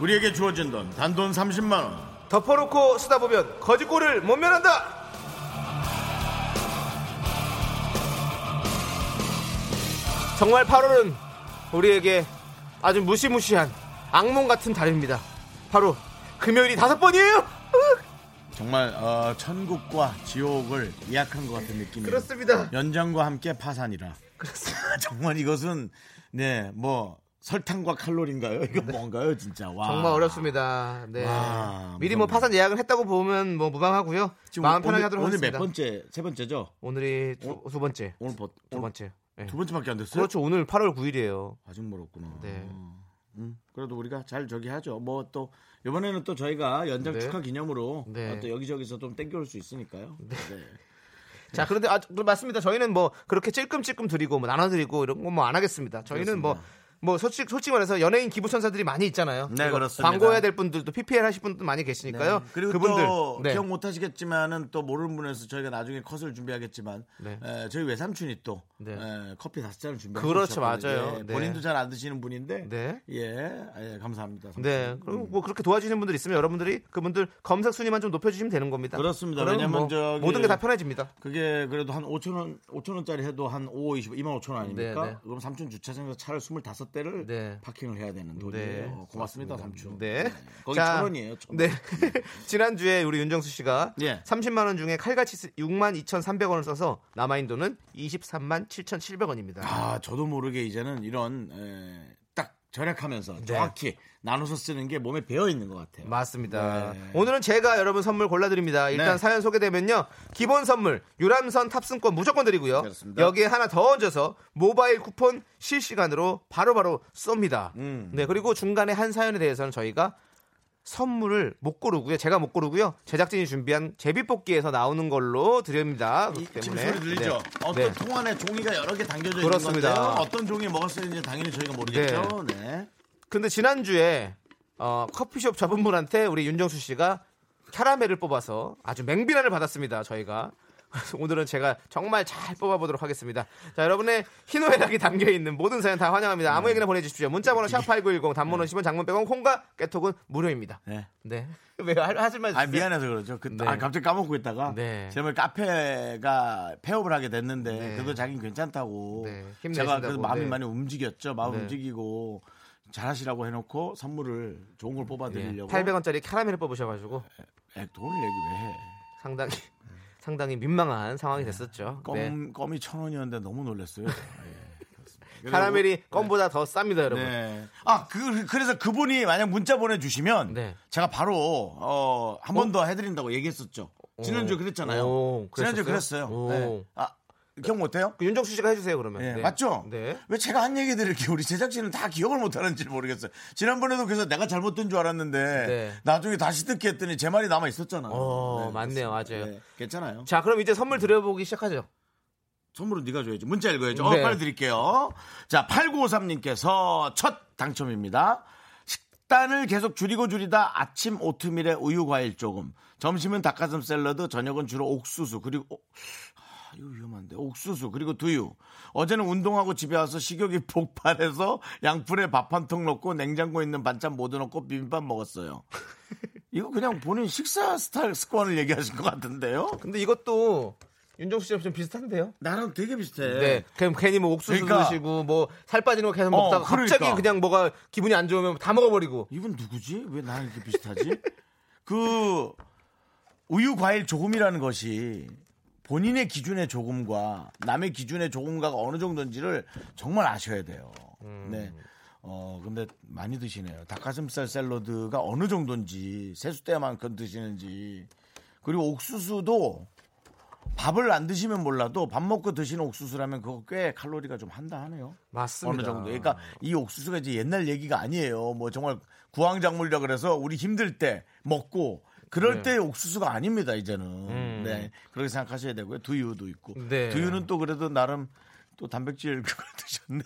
B: 우리에게 주어진 돈 단돈 30만 원
C: 덮어놓고 쓰다 보면 거짓골을 못 면한다. 정말 8월은 우리에게 아주 무시무시한 악몽 같은 달입니다. 바로 금요일이 다섯 번이에요.
B: 정말 어, 천국과 지옥을 예약한 것 같은 느낌이에요
C: 그렇습니다.
B: 연장과 함께 파산이라 그렇습니다 정말 이것은 네 뭐 설탕과 칼로리인가요 이거 뭔가요 진짜 와
C: 네. 정말 어렵습니다. 네.
B: 와,
C: 미리 뭐
B: 무섭네.
C: 파산 예약을 했다고 보면 뭐 무방하고요.
B: 아, 지금
C: 마음 편하게
B: 오늘-
C: 하도록
B: 오늘
C: 하겠습니다.
B: 몇 번째 세 번째죠
C: 오늘이 두, 두 번째.
B: 오늘 버,
C: 두 번째. 예.
B: 어? 두 번째밖에 안 됐어요
C: 그렇죠. 오늘 8월 9일이에요.
B: 아직 멀었구나
C: 네.
B: 음, 그래도 우리가 잘 저기 하죠. 뭐 또 이번에는 또 저희가 연장
C: 네.
B: 축하 기념으로
C: 네.
B: 어, 또 여기저기서 좀 땡겨올 수 있으니까요. 네.
C: 자, 그런데 아, 그 맞습니다. 저희는 뭐 그렇게 찔끔찔끔 드리고 뭐 나눠 드리고 이런 거 뭐 안 하겠습니다. 저희는 뭐 뭐 솔직 솔직히 말해서 연예인 기부 천사들이 많이 있잖아요.
B: 네,
C: 이거
B: 그렇습니다.
C: 광고해야 될 분들도 PPL 하실 분들 많이 계시니까요.
B: 아, 그리고
C: 그분들
B: 또
C: 네.
B: 기억 못 하시겠지만은 또 모르는 분에서 저희가 나중에 컷을 준비하겠지만
C: 네.
B: 에, 저희 외삼촌이 또
C: 네.
B: 에, 커피 다섯 잔을 준비하고
C: 그렇죠, 맞아요. 네.
B: 본인도 잘 안 드시는 분인데
C: 네.
B: 예, 예, 감사합니다. 삼촌.
C: 네. 그리고 뭐 그렇게 도와주시는 분들 있으면 여러분들이 그분들 검색 순위만 좀 높여주시면 되는 겁니다.
B: 그렇습니다.
C: 그러면
B: 왜냐면
C: 뭐
B: 저기-
C: 모든 게 다 편해집니다.
B: 그게 그래도 한 5천 원, 5천 원짜리 해도 한 5, 20, 2만 5천 원 아닙니까?
C: 네, 네.
B: 그럼 삼촌 주차장에서 차를 25대를
C: 네.
B: 파킹을 해야 되는 돈이에요. 고맙습니다, 삼촌.
C: 네.
B: 거의
C: 자,
B: 천 원이에요. 천 원.
C: 네. 지난주에 우리 윤정수 씨가
B: 예.
C: 30만 원 중에 칼같이 6만 2,300원을 써서 남아인 돈은 23만 7,700원입니다.
B: 아, 저도 모르게 이제는 이런 에, 딱 절약하면서
C: 네.
B: 정확히 나눠서 쓰는 게 몸에 배어 있는 것 같아요.
C: 맞습니다.
B: 네.
C: 오늘은 제가 여러분 선물 골라드립니다. 일단
B: 네.
C: 사연 소개되면요. 기본 선물, 유람선 탑승권 무조건 드리고요.
B: 그렇습니다.
C: 여기에 하나 더 얹어서 모바일 쿠폰 실시간으로 바로바로 쏩니다.
B: 음.
C: 네, 그리고 중간에 한 사연에 대해서는 저희가 선물을 못 고르고요. 제가 못 고르고요. 제작진이 준비한 제비뽑기에서 나오는 걸로 드립니다.
B: 이,
C: 그렇기
B: 지금
C: 때문에.
B: 소리 들리죠?
C: 네.
B: 어떤
C: 네.
B: 통 안에 종이가 여러 개 담겨져 있는
C: 그렇습니다.
B: 건데요. 어떤 종이 먹었을지 당연히 저희가 모르겠죠. 네.
C: 근데 지난주에 어, 커피숍 저분분한테 우리 윤정수 씨가 캐러멜을 뽑아서 아주 맹비난을 받았습니다. 저희가 그래서 오늘은 제가 정말 잘 뽑아보도록 하겠습니다. 자 여러분의 희노애락이 담겨 있는 모든 사연 다 환영합니다.
B: 네.
C: 아무 얘기나 보내주십시오. 문자번호 샵 #8910 단문 50원, 장문 100원, 콩과 깨톡은 무료입니다.
B: 네.
C: 네. 왜 할- 하실 말
B: 아
C: 있으세요?
B: 미안해서 그러죠. 그,
C: 네.
B: 아 갑자기 까먹고 있다가
C: 네.
B: 제발 카페가 폐업을 하게 됐는데 그래도 자기는 괜찮다고
C: 네, 힘내신다고.
B: 제가 그래서 마음이
C: 네.
B: 많이 움직였죠. 마음
C: 네.
B: 움직이고 잘하시라고 해놓고 선물을 좋은
C: 예.
B: 걸 뽑아드리려고
C: 800원짜리 캐러멜을 뽑으셔가지고
B: 에, 돈을 내기 왜 해?
C: 상당히 상당히 민망한 상황이 됐었죠.
B: 껌
C: 네.
B: 껌이 천 원이었는데 너무 놀랐어요. 예.
C: 캐러멜이 껌보다 더 쌉니다, 여러분.
B: 네. 아, 그, 그래서 그분이 만약 문자 보내주시면
C: 네.
B: 제가 바로 어, 한 번 더 해드린다고 얘기했었죠. 지난주에 그랬잖아요.
C: 어. 오,
B: 지난주에
C: 그랬었어요?
B: 그랬어요.
C: 오.
B: 네. 아, 기억 못해요?
C: 그 윤정수 씨가 해주세요 그러면.
B: 예,
C: 네.
B: 맞죠?
C: 네.
B: 왜 제가 한 얘기들을 이렇게 우리 제작진은 다 기억을 못하는지 모르겠어요. 지난번에도 그래서 내가 잘못 든줄 알았는데
C: 네.
B: 나중에 다시 듣게 했더니 제 말이 남아 있었잖아요.
C: 어, 맞네요, 맞아요.
B: 괜찮아요.
C: 자, 그럼 이제 선물 드려보기 시작하죠.
B: 선물은 네가 줘야지. 문자 읽어야죠.
C: 네.
B: 어, 빨리 드릴게요. 자, 8953님께서 첫 당첨입니다. 식단을 계속 줄이고 줄이다 아침 오트밀에 우유 과일 조금, 점심은 닭가슴 샐러드, 저녁은 주로 옥수수 그리고 어, 아, 이거 위험한데 옥수수 그리고 두유. 어제는 운동하고 집에 와서 식욕이 폭발해서 양푼에 밥 한 통 넣고 냉장고에 있는 반찬 모두 넣고 비빔밥 먹었어요. 이거 그냥 본인 식사 스타일 습관을 얘기하신 것 같은데요?
C: 근데 이것도 윤정수 씨랑 좀 비슷한데요?
B: 나랑 되게 비슷해.
C: 네. 그럼 괜히 뭐 옥수수
B: 그러니까.
C: 드시고 뭐 살 빠지는 거 계속
B: 어,
C: 먹다가 갑자기
B: 그러니까.
C: 그냥 뭐가 기분이 안 좋으면 다 먹어버리고.
B: 이분 누구지? 왜 나랑 이렇게 비슷하지? 그 우유 과일 조금이라는 것이 본인의 기준의 조금과 남의 기준의 조금과가 어느 정도인지를 정말 아셔야 돼요. 네. 어 근데 많이 드시네요. 닭가슴살 샐러드가 어느 정도인지 세숫대만큼 드시는지 그리고 옥수수도 밥을 안 드시면 몰라도 밥 먹고 드시는 옥수수라면 그거 꽤 칼로리가 좀 한다 하네요.
C: 맞습니다.
B: 어느 정도. 그러니까 이 옥수수가 이제 옛날 얘기가 아니에요. 뭐 정말 구황작물이라 그래서 우리 힘들 때 먹고 그럴
C: 네.
B: 때 옥수수가 아닙니다. 이제는. 네. 그렇게 생각하셔야 되고요. 두유도 있고.
C: 음. 네.
B: 두유는 또 그래도 나름 또 단백질 그걸 드셨네.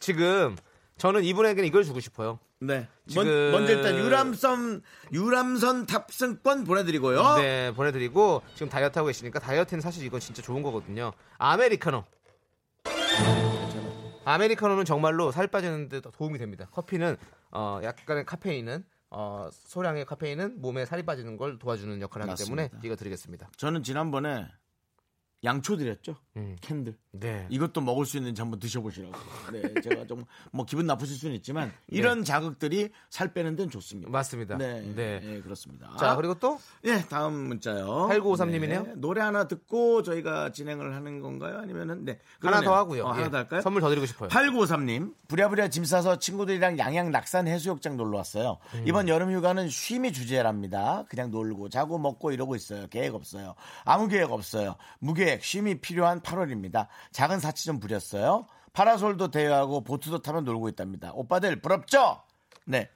C: 지금 저는 이분에게는 이걸 주고 싶어요.
B: 네.
C: 지금-
B: 먼저 일단 유람선 유람선 탑승권 보내드리고요.
C: 네, 보내드리고 지금 다이어트 하고 계시니까 다이어트는 사실 이건 진짜 좋은 거거든요. 아메리카노. 아메리카노는 정말로 살 빠지는데 더 도움이 됩니다. 커피는 어, 약간의 카페인은 어, 소량의 카페인은 몸에 살이 빠지는 걸 도와주는 역할을 하기
B: 맞습니다.
C: 때문에 이거 드리겠습니다.
B: 저는 지난번에 양초 드렸죠. 캔들.
C: 네.
B: 이것도 먹을 수 있는지 한번 드셔보시라고. 네, 제가 좀 뭐 기분 나쁘실 수는 있지만 이런 자극들이 살 빼는 데는 좋습니다.
C: 네. 맞습니다.
B: 네,
C: 네.
B: 예, 그렇습니다.
C: 자, 그리고 또
B: 예, 다음 문자요.
C: 8953
B: 네,
C: 님이네요.
B: 노래 하나 듣고 저희가 진행을 하는 건가요? 아니면은 네
C: 하나
B: 그러네요.
C: 더 하고요.
B: 어, 하나
C: 예.
B: 더 할까요?
C: 선물 더 드리고 싶어요.
B: 8953님, 부랴부랴 짐 싸서 친구들이랑 양양 낙산 해수욕장 놀러 왔어요. 이번 여름 휴가는 쉼이 주제랍니다. 그냥 놀고 자고 먹고 이러고 있어요. 계획 없어요. 아무 계획 없어요. 무계획, 쉼이 필요한 8월입니다. 작은 사치 좀 부렸어요. 파라솔도 대여하고 보트도 타면 놀고 있답니다. 오빠들 부럽죠? 네.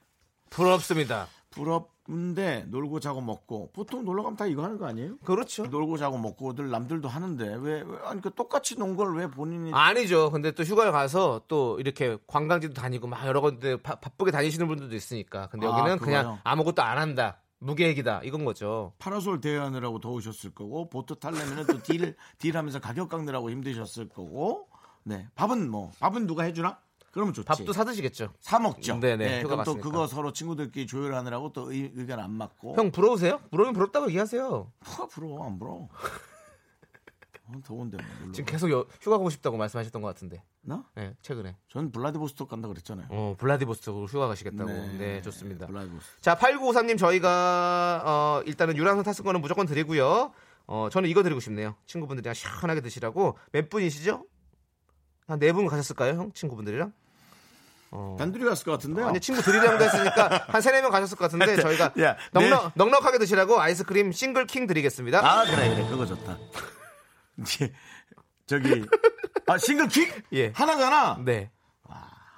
C: 부럽습니다.
B: 부럽 근데 놀고 자고 먹고 보통 놀러 가면 다 이거 하는 거 아니에요?
C: 그렇죠.
B: 놀고 자고 먹고들 남들도 하는데 왜, 왜 아니 그 똑같이 논 걸 왜 본인이
C: 아니죠. 근데 또 휴가를 가서 또 이렇게 관광지도 다니고 막 여러 군데 바, 바쁘게 다니시는 분들도 있으니까. 근데
B: 아,
C: 여기는
B: 그거요?
C: 그냥 아무것도 안 한다. 무계획이다. 이건 거죠.
B: 파라솔 대여하느라고 더우셨을 거고 보트 타려면 또 딜 딜하면서 가격 깎느라고 힘드셨을 거고 네 밥은 뭐 밥은 누가 해주나? 그러면 좋지.
C: 밥도 사 드시겠죠.
B: 사 먹죠.
C: 네네, 휴가
B: 그럼 또
C: 갔으니까.
B: 그거 서로 친구들끼리 조율하느라고 또 의, 견안 맞고.
C: 형 부러우세요? 부러우면 부럽다고 얘기하세요.
B: 뭐가 부러워 안 부러워. 어, 더운데 뭐, 놀러
C: 지금
B: 가.
C: 계속 여- 휴가 가고 싶다고 말씀하셨던 것 같은데.
B: 나?
C: 네, 최근에.
B: 전 블라디보스톡 간다 그랬잖아요.
C: 어, 블라디보스토크로 휴가 가시겠다고. 네, 좋습니다.
B: 블라디보스톡.
C: 자, 8953님 저희가 어, 일단은 유람선 탔을 거는 무조건 드리고요. 어, 저는 이거 드리고 싶네요. 친구분들이랑 시원하게 드시라고. 몇 분이시죠? 한 네 분 가셨을까요, 형? 친구분들이랑?
B: 단둘이 갔을 것 같은데요.
C: 어. 아니, 친구들이랑도 했으니까 한 세네 명 가셨을 것 같은데 저희가
B: 야, 네.
C: 넉넉, 넉넉하게 드시라고 아이스크림 싱글킹 드리겠습니다.
B: 아 그래 그래 그거 좋다. 이제 저기 아 싱글킥
C: 예.
B: 하나잖아.
C: 네.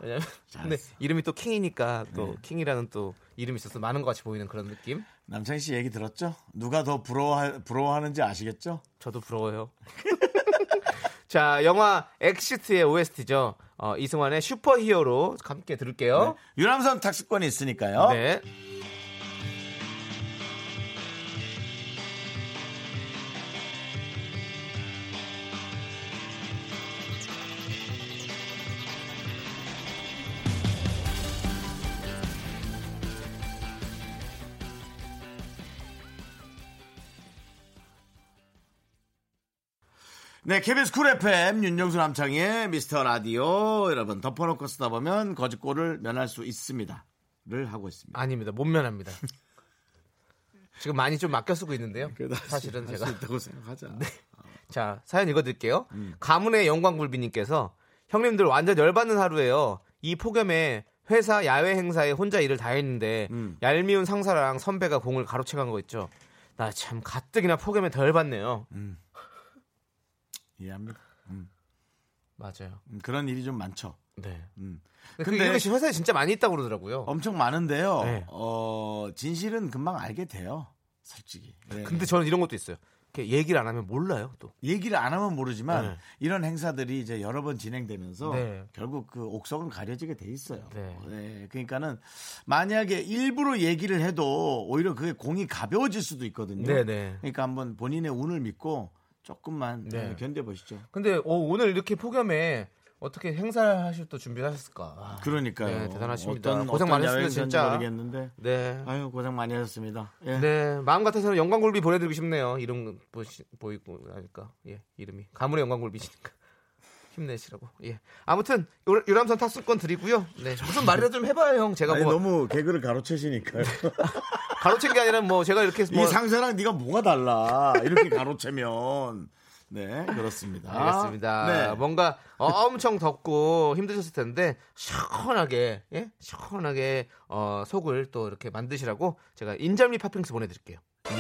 C: 왜냐면 근데 이름이 또 킹이니까 또
B: 네.
C: 킹이라는 또 이름이 있어서 많은 것 같이 보이는 그런 느낌.
B: 남창희 씨 얘기 들었죠? 누가 더 부러워 부러워하는지 아시겠죠?
C: 저도 부러워요. 자, 영화 엑시트의 OST죠. 어, 이승환의 슈퍼히어로 함께 들을게요.
B: 유람선 탁수권이 있으니까요.
C: 네.
B: 네, KBS 쿨 FM 윤정수 남창의 미스터 라디오 여러분 덮어놓고 쓰다 보면 거짓골을 면할 수 있습니다를 하고 있습니다.
C: 아닙니다. 못 면합니다. 지금 많이 좀 아껴 쓰고 있는데요.
B: 그래도 할수
C: 사실은
B: 할수
C: 제가
B: 있다고 네. 생각하자.
C: 자, 사연 읽어드릴게요. 가문의 영광굴비님께서 형님들 완전 열받는 하루예요. 이 폭염에 회사 야외 행사에 혼자 일을 다 했는데 얄미운 상사랑 선배가 공을 가로채간 거 있죠. 나 참 가뜩이나 폭염에 덜 받네요.
B: 이해합니다.
C: 맞아요.
B: 음, 그런 일이 좀 많죠.
C: 네.
B: 음.
C: 근데, 어,
B: 근데-
C: 이것이 회사에 진짜 많이 있다고 그러더라고요.
B: 엄청 많은데요.
C: 네.
B: 어, 진실은 금방 알게 돼요. 솔직히. 네.
C: 근데 저는 이런 것도 있어요. 이렇게 얘기를 안 하면 몰라요. 또
B: 얘기를 안 하면 모르지만
C: 네.
B: 이런 행사들이 이제 여러 번 진행되면서
C: 네.
B: 결국 그 옥석은 가려지게 돼 있어요.
C: 네.
B: 네, 그러니까는 만약에 일부러 얘기를 해도 오히려 그게 공이 가벼워질 수도 있거든요.
C: 네, 네.
B: 그러니까 한번 본인의 운을 믿고 조금만
C: 네.
B: 네, 견뎌보시죠.
C: 근데 어, 오늘 이렇게 폭염에 어떻게 행사를 하실 또 준비를 하셨을까? 아,
B: 그러니까요.
C: 네, 대단하십니다.
B: 어떤,
C: 고생
B: 어떤
C: 많으셨습니다,
B: 야외에서인지
C: 진짜.
B: 모르겠는데.
C: 네.
B: 아유 고생 많이 하셨습니다. 예.
C: 네, 마음 같아서는 영광굴비 보내드리고 싶네요. 이름 보시, 보이고 하니까 예, 이름이 가문의 영광굴비시니까 힘내시라고. 예, 아무튼 유- 유람선 탑승권 드리고요. 네, 무슨 말이라도 좀 해봐요, 형. 제가
B: 아니,
C: 뭐
B: 너무 개그를 가로채시니까요. 뭐
C: 가로챈 게 아니라 뭐 제가 이렇게 뭐
B: 이 상사랑 네가 뭐가 달라 이렇게 가로채면 네 그렇습니다.
C: 알겠습니다.
B: 네.
C: 뭔가 어, 엄청 덥고 힘드셨을 텐데 시원하게 예? 시원하게 어, 속을 또 이렇게 만드시라고 제가 인절미 팥빙수 보내드릴게요.
B: 음,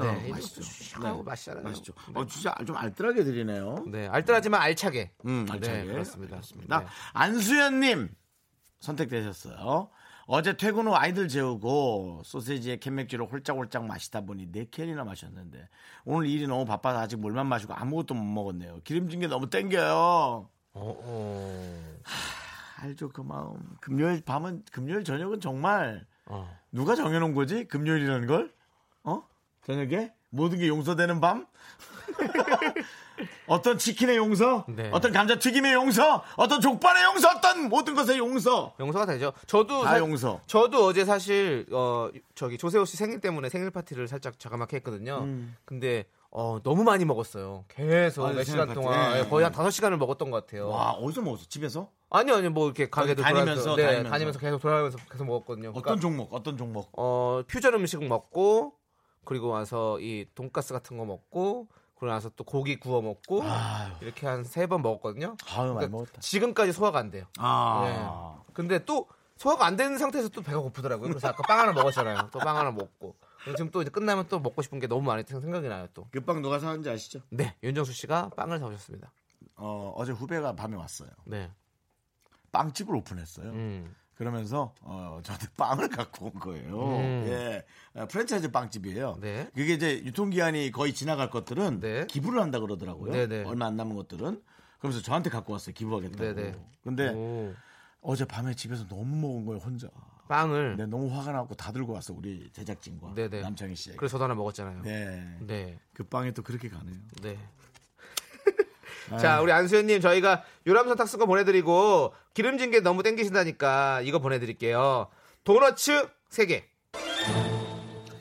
B: 네,
C: 이거
B: 맛있죠.
C: 시원하고 맛있잖아요.
B: 맛있죠. 어, 진짜 좀 알뜰하게 드리네요.
C: 네, 알뜰하지만 알차게.
B: 음, 알차게.
C: 네, 그렇습니다.
B: 알겠습니다.
C: 네.
B: 안수연님 선택되셨어요. 어제 퇴근 후 아이들 재우고 소세지에 캔맥주를 홀짝홀짝 마시다 보니 네 캔이나 마셨는데 오늘 일이 너무 바빠서 아직 물만 마시고 아무것도 못 먹었네요. 기름진 게 너무 땡겨요.
C: 어, 어.
B: 알죠 그 마음. 금요일 밤은 금요일 저녁은 정말
C: 어.
B: 누가 정해놓은 거지? 금요일이라는 걸? 어? 저녁에? 모든 게 용서되는 밤? 어떤 치킨의 용서?
C: 네.
B: 어떤 감자튀김의 용서? 어떤 족발의 용서? 어떤 모든 것의 용서?
C: 용서가 되죠. 저도
B: 다 용서.
C: 저도 어제 사실 어 저기 조세호 씨 생일 때문에 생일 파티를 살짝 자그맣게 했거든요. 근데 어 너무 많이 먹었어요. 계속
B: 음. 맞아요,
C: 몇
B: 생일
C: 시간
B: 파티.
C: 동안
B: 네.
C: 예, 거의 한 다섯 시간을 먹었던 것 같아요.
B: 와, 어디서 먹었어? 집에서?
C: 아니요, 아니요, 뭐 이렇게 가게도
B: 다니면서,
C: 돌아가면서, 네,
B: 다니면서.
C: 다니면서. 계속 돌아가면서 계속 먹었거든요. 그러니까,
B: 어떤 종목? 어떤 종목?
C: 어 퓨전 음식 먹고 그리고 와서 이 돈가스 같은 거 먹고 그러고 나서 또 고기 구워 먹고 이렇게 한 세 번 먹었거든요.
B: 아유, 많이 먹었다.
C: 그러니까 지금까지 소화가 안 돼요.
B: 아.
C: 네. 근데 또 소화가 안 되는 상태에서 또 배가 고프더라고요. 그래서 아까 빵 하나 먹었잖아요. 또 빵 하나 먹고 그리고 지금 또 이제 끝나면 또 먹고 싶은 게 너무 많이 생각이 나요. 또
B: 그 빵 누가 사는지 아시죠?
C: 네, 윤정수 씨가 빵을 사오셨습니다.
B: 어, 어제 후배가 밤에 왔어요.
C: 네,
B: 빵집을 오픈했어요.
C: 음,
B: 그러면서 어, 저한테 빵을 갖고 온 거예요.
C: 음.
B: 예, 아, 프랜차이즈 빵집이에요.
C: 네.
B: 그게 이제 유통기한이 거의 지나갈 것들은
C: 네.
B: 기부를 한다 그러더라고요.
C: 네, 네.
B: 얼마 안 남은 것들은. 그러면서 저한테 갖고 왔어요. 기부하겠다고.
C: 네, 네.
B: 근데
C: 오.
B: 어젯밤에 집에서 너무 먹은 거예요. 혼자.
C: 빵을.
B: 근데 너무 화가 나고 다 들고 왔어. 우리 제작진과
C: 네, 네.
B: 네, 남창희 씨에게.
C: 그래서 저도 하나 먹었잖아요.
B: 네.
C: 네.
B: 그 빵이 또 그렇게 가네요.
C: 네.
B: 아.
C: 자, 우리 안수현님, 저희가 유람선 탁수거 보내드리고, 기름진 게 너무 땡기신다니까, 이거 보내드릴게요. 도너츠 3개.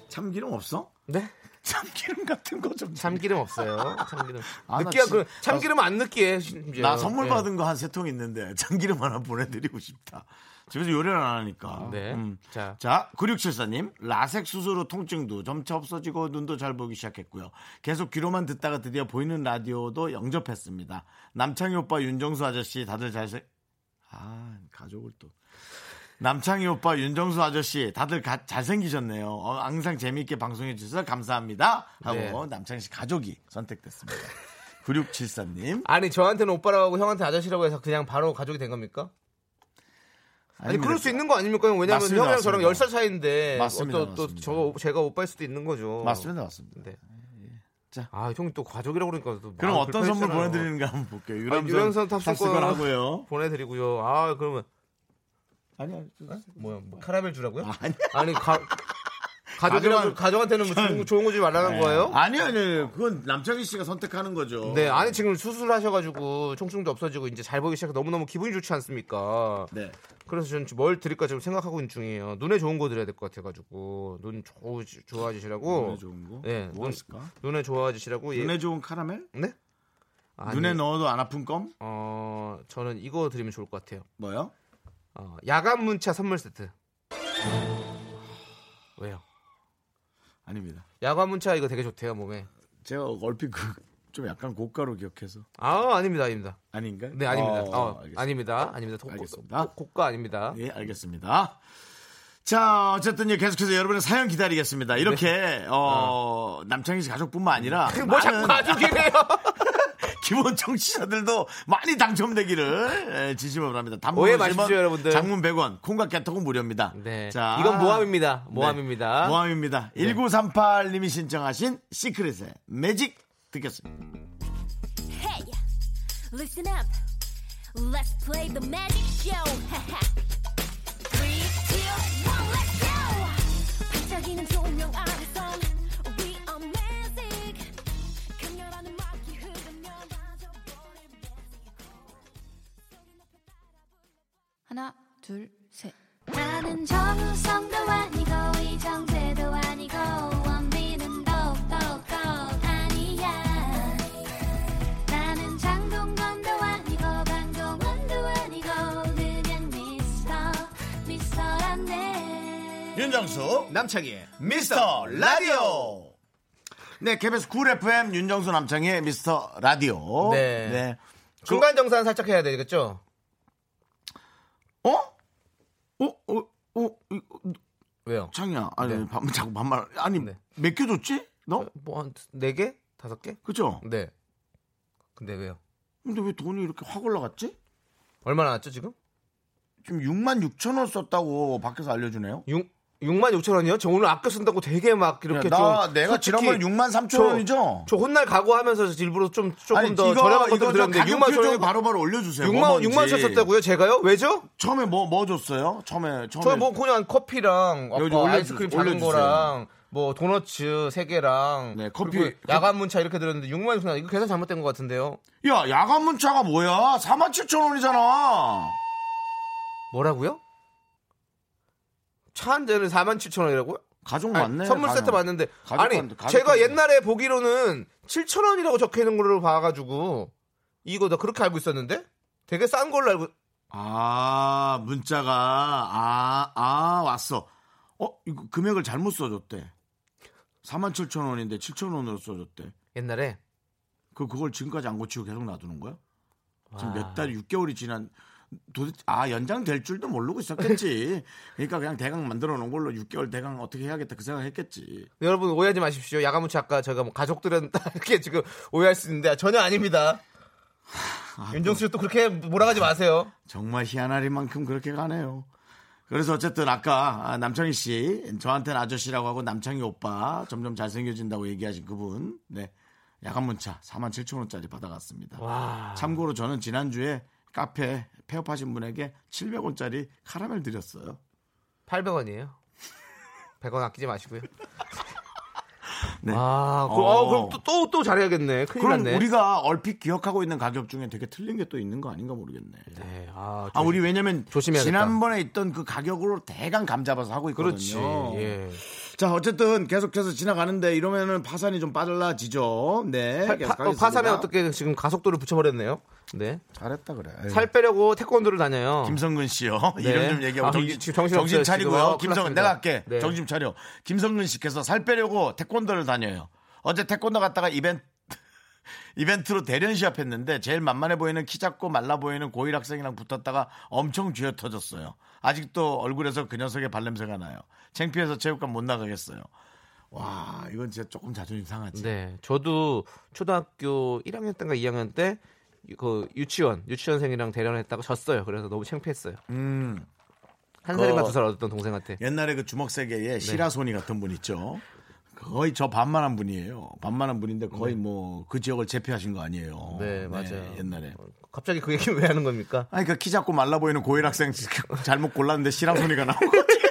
B: 참기름 없어?
C: 네?
B: 참기름 같은 거 좀.
C: 참기름 없어요. 참기름.
B: 아, 나
C: 느끼야,
B: 진-
C: 그, 참기름 은안 느끼해. 심지어.
B: 나 선물
C: 예.
B: 받은 거 한 세 통 있는데 참기름 하나 보내드리고 싶다. 집에서 요리를 안 하니까. 음.
C: 네. 자.
B: 자, 9674님. 라섹 수술로 통증도 점차 없어지고 눈도 잘 보기 시작했고요. 계속 귀로만 듣다가 드디어 보이는 라디오도 영접했습니다. 남창희 오빠, 윤정수 아저씨 다들 잘생... 아, 가족을 또... 남창희 오빠, 윤정수 아저씨 다들 가- 잘생기셨네요. 어, 항상 재미있게 방송해 주셔서 감사합니다. 하고
C: 네.
B: 남창희 씨 가족이 선택됐습니다. 9674님.
C: 아니, 저한테는 오빠라고 하고 형한테 아저씨라고 해서 그냥 바로 가족이 된 겁니까? 아니, 그럴 수 있는 거 아닙니까? 왜냐면
B: 맞습니다,
C: 형이랑 저랑
B: 맞습니다.
C: 10살 차이인데.
B: 맞습니다,
C: 또, 또
B: 맞습니다.
C: 저, 제가 오빠일 수도 있는 거죠.
B: 맞습니다, 맞습니다.
C: 네.
B: 자.
C: 아, 형이 또 가족이라고 그러니까 또
B: 그럼
C: 마음
B: 어떤 선물
C: 불편했잖아요.
B: 보내드리는가 한번 볼게요.
C: 아,
B: 유람선,
C: 유람선 탑승권
B: 탑승권 하고요.
C: 보내드리고요. 아, 그러면
B: 아니요.
C: 뭐야, 뭐, 카라멜 주라고요?
B: 아니.
C: 아니, 가, 가족이랑
B: 가족한- 네.
C: 가족한테는 뭐 좋은, 좋은 거지 말라는 거예요?
B: 아니요, 아니요. 그건 남창희 씨가 선택하는 거죠.
C: 네, 아니 지금 수술하셔가지고 총충도 없어지고 이제 잘 보기 시작해 너무 너무 기분이 좋지 않습니까?
B: 네.
C: 그래서 저는 뭘 드릴까 지금 생각하고 있는 중이에요. 눈에 좋은 거 드려야 될 것 같아가지고 눈 좋- 좋아지시라고.
B: 눈에 좋은 거?
C: 네,
B: 뭐가 있을까?
C: 눈, 눈에 좋아지시라고. 예.
B: 눈에 좋은 카라멜?
C: 네? 아니,
B: 눈에 넣어도 안 아픈 껌?
C: 어 저는 이거 드리면 좋을 것 같아요.
B: 뭐요?
C: 어, 야간 문자 선물 세트. 왜요?
B: 아닙니다.
C: 야간 문자 이거 되게 좋대요 몸에.
B: 제가 얼핏 그 좀 약간 고가로 기억해서
C: 아 아닙니다 아닙니다.
B: 아닌가?
C: 네 아닙니다.
B: 어,
C: 어,
B: 알겠습니다.
C: 아닙니다 아닙니다. 고-
B: 알겠습니다.
C: 고- 고가 아닙니다.
B: 예, 알겠습니다. 자, 어쨌든 요 계속해서 여러분의 사연 기다리겠습니다. 이렇게 네. 어, 남창희 씨 가족뿐만 아니라
C: 뭐
B: 많은
C: 자꾸 가족이래요.
B: 기본 청취자들도 많이 당첨되기를 예, 진심으로 바랍니다. 단문
C: 오해
B: 50원,
C: 마십시오, 여러분들.
B: 장문 100원, 콩과 깨톡은 무료입니다. 네.
C: 네. 이건 모함입니다. 모함입니다. 네.
B: 모함입니다. 1938님이 신청하신 시크릿의 매직 듣겠습니다.
F: Hey, listen up. Let's play the magic show. Three, two, one, let's go. 반짝이는 조명 아래서 we are magic. 강렬한 음악이 흐르면 빠져버린
E: 하나, 둘, 셋.
F: 나는 정우성도 아니고 이정재도 아니고 원빈은 더욱더 아니야 나는 장동건도 아니고 강동원도 아니고 그냥 미스터 미스터란데
B: 윤정수
C: 남창희의
B: 미스터 라디오. 네, KBS 쿨 FM 윤정수 남창희의 미스터 라디오.
C: 네. 중간 정산 살짝 해야 되겠죠?
B: 어? 어? 어? 어? 이거
C: 왜요?
B: 창이야. 아니,
C: 네.
B: 반- 자꾸 반말. 아니,
C: 네.
B: 몇 개 줬지? 너?
C: 뭐한 네 개? 다섯 개?
B: 그죠?
C: 네. 근데 왜요?
B: 근데 왜 돈이 이렇게 확 올라갔지?
C: 얼마 나왔죠 지금?
B: 지금 6만 6천 원 썼다고 밖에서 알려주네요.
C: 6 6만 6천 원이요? 저 오늘 아껴 쓴다고 되게 막 이렇게
B: 야, 나
C: 좀
B: 내가
C: 솔직히
B: 지난번에 6만 3천 원이죠?
C: 저 혼날 각오하면서 일부러 좀 조금
B: 아니
C: 더 저렴한 것들
B: 좀
C: 드렸는데 6만 뭐
B: 가격표 좀
C: 원
B: 바로바로 올려주세요.
C: 6만
B: 뭐뭔지.
C: 6만 썼다고요? 제가요? 왜죠?
B: 처음에 뭐 뭐 줬어요? 처음에 처음에
C: 저뭐 그냥 커피랑 뭐 아까
B: 여기 올려주-
C: 아이스크림 작은
B: 올려주세요.
C: 거랑 뭐 도너츠 세 개랑
B: 네, 커피-
C: 그리고 야간 문차 이렇게 들었는데 6만 6천 원 이거 계산 잘못된 것 같은데요?
B: 야 야간 문자가 뭐야? 4만 7천 원이잖아.
C: 뭐라고요? 차 한 대는 4만 7천 원이라고요?
B: 가족
C: 아니,
B: 음, 맞네.
C: 선물
B: 가족.
C: 세트 맞는데
B: 가족
C: 아니
B: 맞네, 가족
C: 제가
B: 맞네.
C: 옛날에 보기로는 7천 원이라고 적혀 있는 걸로 봐가지고 이거 나 그렇게 알고 있었는데 되게 싼 걸로 알고
B: 아 문자가 아아 왔어. 어 이거 금액을 잘못 써줬대. 4만 7천 원인데 7천 원으로 써줬대.
C: 옛날에
B: 그 그걸 지금까지 안 고치고 계속 놔두는 거야? 지금
C: 와.
B: 몇 달, 6개월이 지난 도대체 아 연장될 줄도 모르고 있었겠지. 그러니까 그냥 대강 만들어 놓은 걸로 6개월 대강 어떻게 해야겠다 그 생각했겠지.
C: 여러분 오해하지 마십시오 야간무치 아까 저희가 뭐 가족들은 이렇게 지금 오해할 수 있는데 전혀 아닙니다
B: 아,
C: 윤정수 씨또 그렇게 몰아가지 마세요
B: 정말 희한하리만큼 그렇게 가네요. 그래서 어쨌든 아까 아, 남창희 씨 저한테는 아저씨라고 하고 남창희 오빠 점점 잘생겨진다고 얘기하신 그분 네 야간 문자 4만 7천 원짜리 받아갔습니다. 참고로 저는 지난주에 카페 폐업하신 분에게 700원짜리 카라멜 드렸어요.
C: 800원이에요. 100원 아끼지 마시고요.
B: 네.
C: 아, 그,
B: 어.
C: 어, 그럼 또, 또, 또 잘해야겠네. 큰일
B: 그럼
C: 났네.
B: 우리가 얼핏 기억하고 있는 가격 중에 되게 틀린 게 또 있는 거 아닌가 모르겠네.
C: 네, 아,
B: 아 우리 왜냐면
C: 조심해야겠다.
B: 지난번에 있던 그 가격으로 대강 감 잡아서 하고 있거든요.
C: 그렇지. 예.
B: 자 어쨌든 계속해서 지나가는데 이러면은 파산이 좀 빠질라지죠. 네.
C: 파,
B: 계속
C: 파,
B: 가겠습니다.
C: 파산에 어떻게 지금 가속도를 붙여버렸네요. 네.
B: 잘했다 그래. 에이.
C: 살 빼려고 태권도를 다녀요.
B: 김성근 씨요.
C: 네.
B: 이름 좀 얘기하고
C: 아,
B: 정신,
C: 지금 정신
B: 정신
C: 없어요,
B: 차리고요.
C: 지금. 어,
B: 김성근
C: 큰일 났습니다.
B: 내가 할게.
C: 네.
B: 정신 좀 차려. 김성근 씨께서 살 빼려고 태권도를 다녀요. 어제 태권도 갔다가 이벤트 이벤트로 대련 시합했는데 제일 만만해 보이는 키 작고 말라 보이는 고1 학생이랑 붙었다가 엄청 쥐어 터졌어요. 아직도 얼굴에서 그 녀석의 발냄새가 나요. 창피해서 체육관 못 나가겠어요. 와 이건 진짜 조금 자존심 상하지.
C: 네, 저도 초등학교 1학년 때인가 2학년 때 그 유치원 유치원생이랑 대련했다가 졌어요. 그래서 너무 창피했어요.
B: 음.
C: 한
B: 그거-
C: 살인가 두 살 어렸던 동생한테.
B: 옛날에 그 주먹
C: 네.
B: 세계에 시라소니 같은 분 있죠. 거의 저 반만한 분이에요. 반만한 분인데 거의 뭐 그 지역을 제패하신 거 아니에요.
C: 네, 맞아요.
B: 옛날에.
C: 갑자기 그 얘기 왜 하는 겁니까?
B: 아니 그 키 작고 말라 보이는 고일 학생 잘못 골랐는데 시라소니가 나온 거지.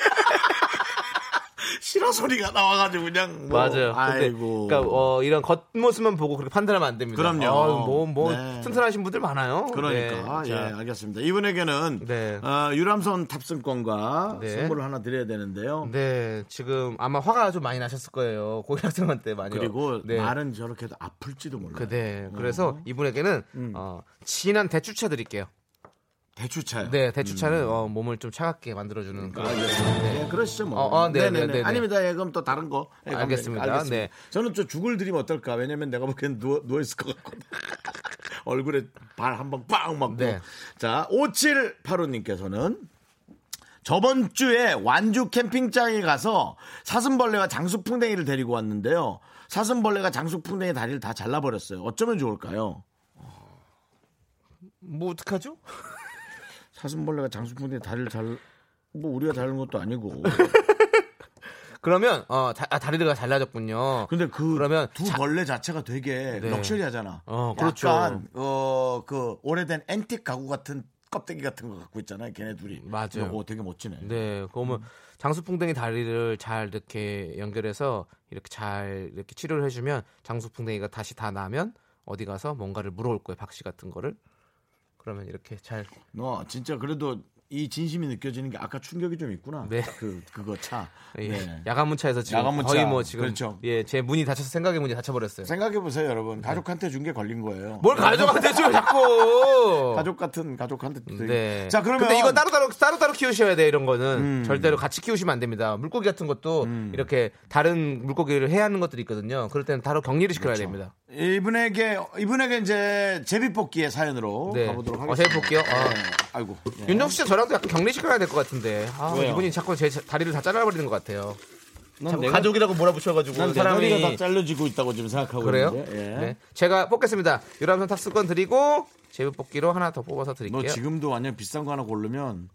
B: 시라소니가 나와가지고 그냥 뭐,
C: 맞아요. 근데
B: 아이고.
C: 그러니까 어, 이런 겉모습만 보고 그렇게 판단하면 안 됩니다. 아,
B: 그럼요.
C: 뭐뭐
B: 네.
C: 튼튼하신 분들 많아요.
B: 그러니까 예
C: 네, 자,
B: 알겠습니다. 이분에게는
C: 네.
B: 어, 유람선 탑승권과
C: 네.
B: 선물을 하나 드려야 되는데요.
C: 네, 지금 아마 화가 좀 많이 나셨을 거예요. 고등학생한테 많이.
B: 그리고
C: 네.
B: 말은 저렇게도 아플지도 몰라요.
C: 그, 네. 그래서 이분에게는
B: 음.
C: 어, 진한 대추차 드릴게요.
B: 대추차요.
C: 네, 대추차는 어, 몸을 좀 차갑게 만들어주는 그런.
B: 음. 아, 예, 그러시죠 뭐.
C: 어, 어, 네,
B: 네네네.
C: 네, 네, 네.
B: 아닙니다. 예, 그럼 또 다른 거. 예, 그럼
C: 알겠습니다. 네.
B: 저는 좀 죽을 드리면 어떨까? 왜냐면 내가 보기엔 누워, 누워있을 것 같고. 얼굴에 발 한 방 빵 맞고.
C: 네.
B: 자, 5785님께서는 저번 주에 완주 캠핑장에 가서 사슴벌레와 장수풍뎅이를 데리고 왔는데요. 사슴벌레가 장수풍뎅이 다리를 다 잘라버렸어요. 어쩌면 좋을까요?
C: 뭐 어떡하죠?
B: 사슴벌레가 장수풍뎅이 다리를 잘, 뭐 우리가 자른 것도 아니고.
C: 그러면 어 다, 아, 다리가 잘라졌군요.
B: 근데 그
C: 그러면
B: 두
C: 자-
B: 벌레 자체가 되게
C: 네.
B: 럭셔리하잖아.
C: 어, 그렇죠.
B: 약간 어그 오래된 앤틱 가구 같은 껍데기 같은 거 갖고 있잖아요. 걔네 둘이.
C: 맞아요.
B: 근데 그거 되게 멋지네.
C: 네, 그러면
B: 음.
C: 장수풍뎅이 다리를 잘 이렇게 연결해서 이렇게 잘 이렇게 치료를 해주면 장수풍뎅이가 다시 다 나면 어디 가서 뭔가를 물어올 거예요. 박씨 같은 거를. 그러면 이렇게 잘
B: 너 어, 진짜 그래도 이 진심이 느껴지는 게 아까 충격이 좀 있구나.
C: 네.
B: 그 그거 차.
C: 예,
B: 네.
C: 야간 문차에서 지금
B: 야간 문차.
C: 거의 뭐 지금
B: 그렇죠.
C: 예, 제 문이 닫혀서 생각의 문이 닫혀 버렸어요.
B: 생각해 보세요, 여러분. 가족한테 준 게 걸린 거예요.
C: 뭘 가져가면 죠 자꾸.
B: 가족 같은 가족한테. 되게-
C: 네.
B: 자, 그러면 음.
C: 근데 이거 따로따로 따로따로 키우셔야 돼 이런 거는 절대로 같이 키우시면 안 됩니다. 물고기 같은 것도 이렇게 다른 물고기를 해야 하는 것들이 있거든요. 그럴 때는 따로 격리를 시켜야
B: 그렇죠.
C: 됩니다.
B: 이분에게 이분에게 이제 제비뽑기의 사연으로
C: 네.
B: 가보도록
C: 어,
B: 하겠습니다.
C: 제비뽑기요? 아.
B: 네. 아이고. 네.
C: 윤정수 씨 저랑도 약간 격리 시켜야 될 것 같은데. 아,
B: 왜요?
C: 이분이 자꾸 제 다리를 다 잘라버리는 것 같아요.
B: 난 내가-
C: 가족이라고 몰아붙여가지고
B: 난
C: 그 사람이-
B: 사람이 다 잘려지고 있다고 지금 생각하고
C: 그래요?
B: 있는데. 예.
C: 네. 제가 뽑겠습니다. 유람선 탑승권 드리고 제비뽑기로 하나 더 뽑아서
B: 너
C: 드릴게요.
B: 지금도 완전 비싼 거 하나 고르면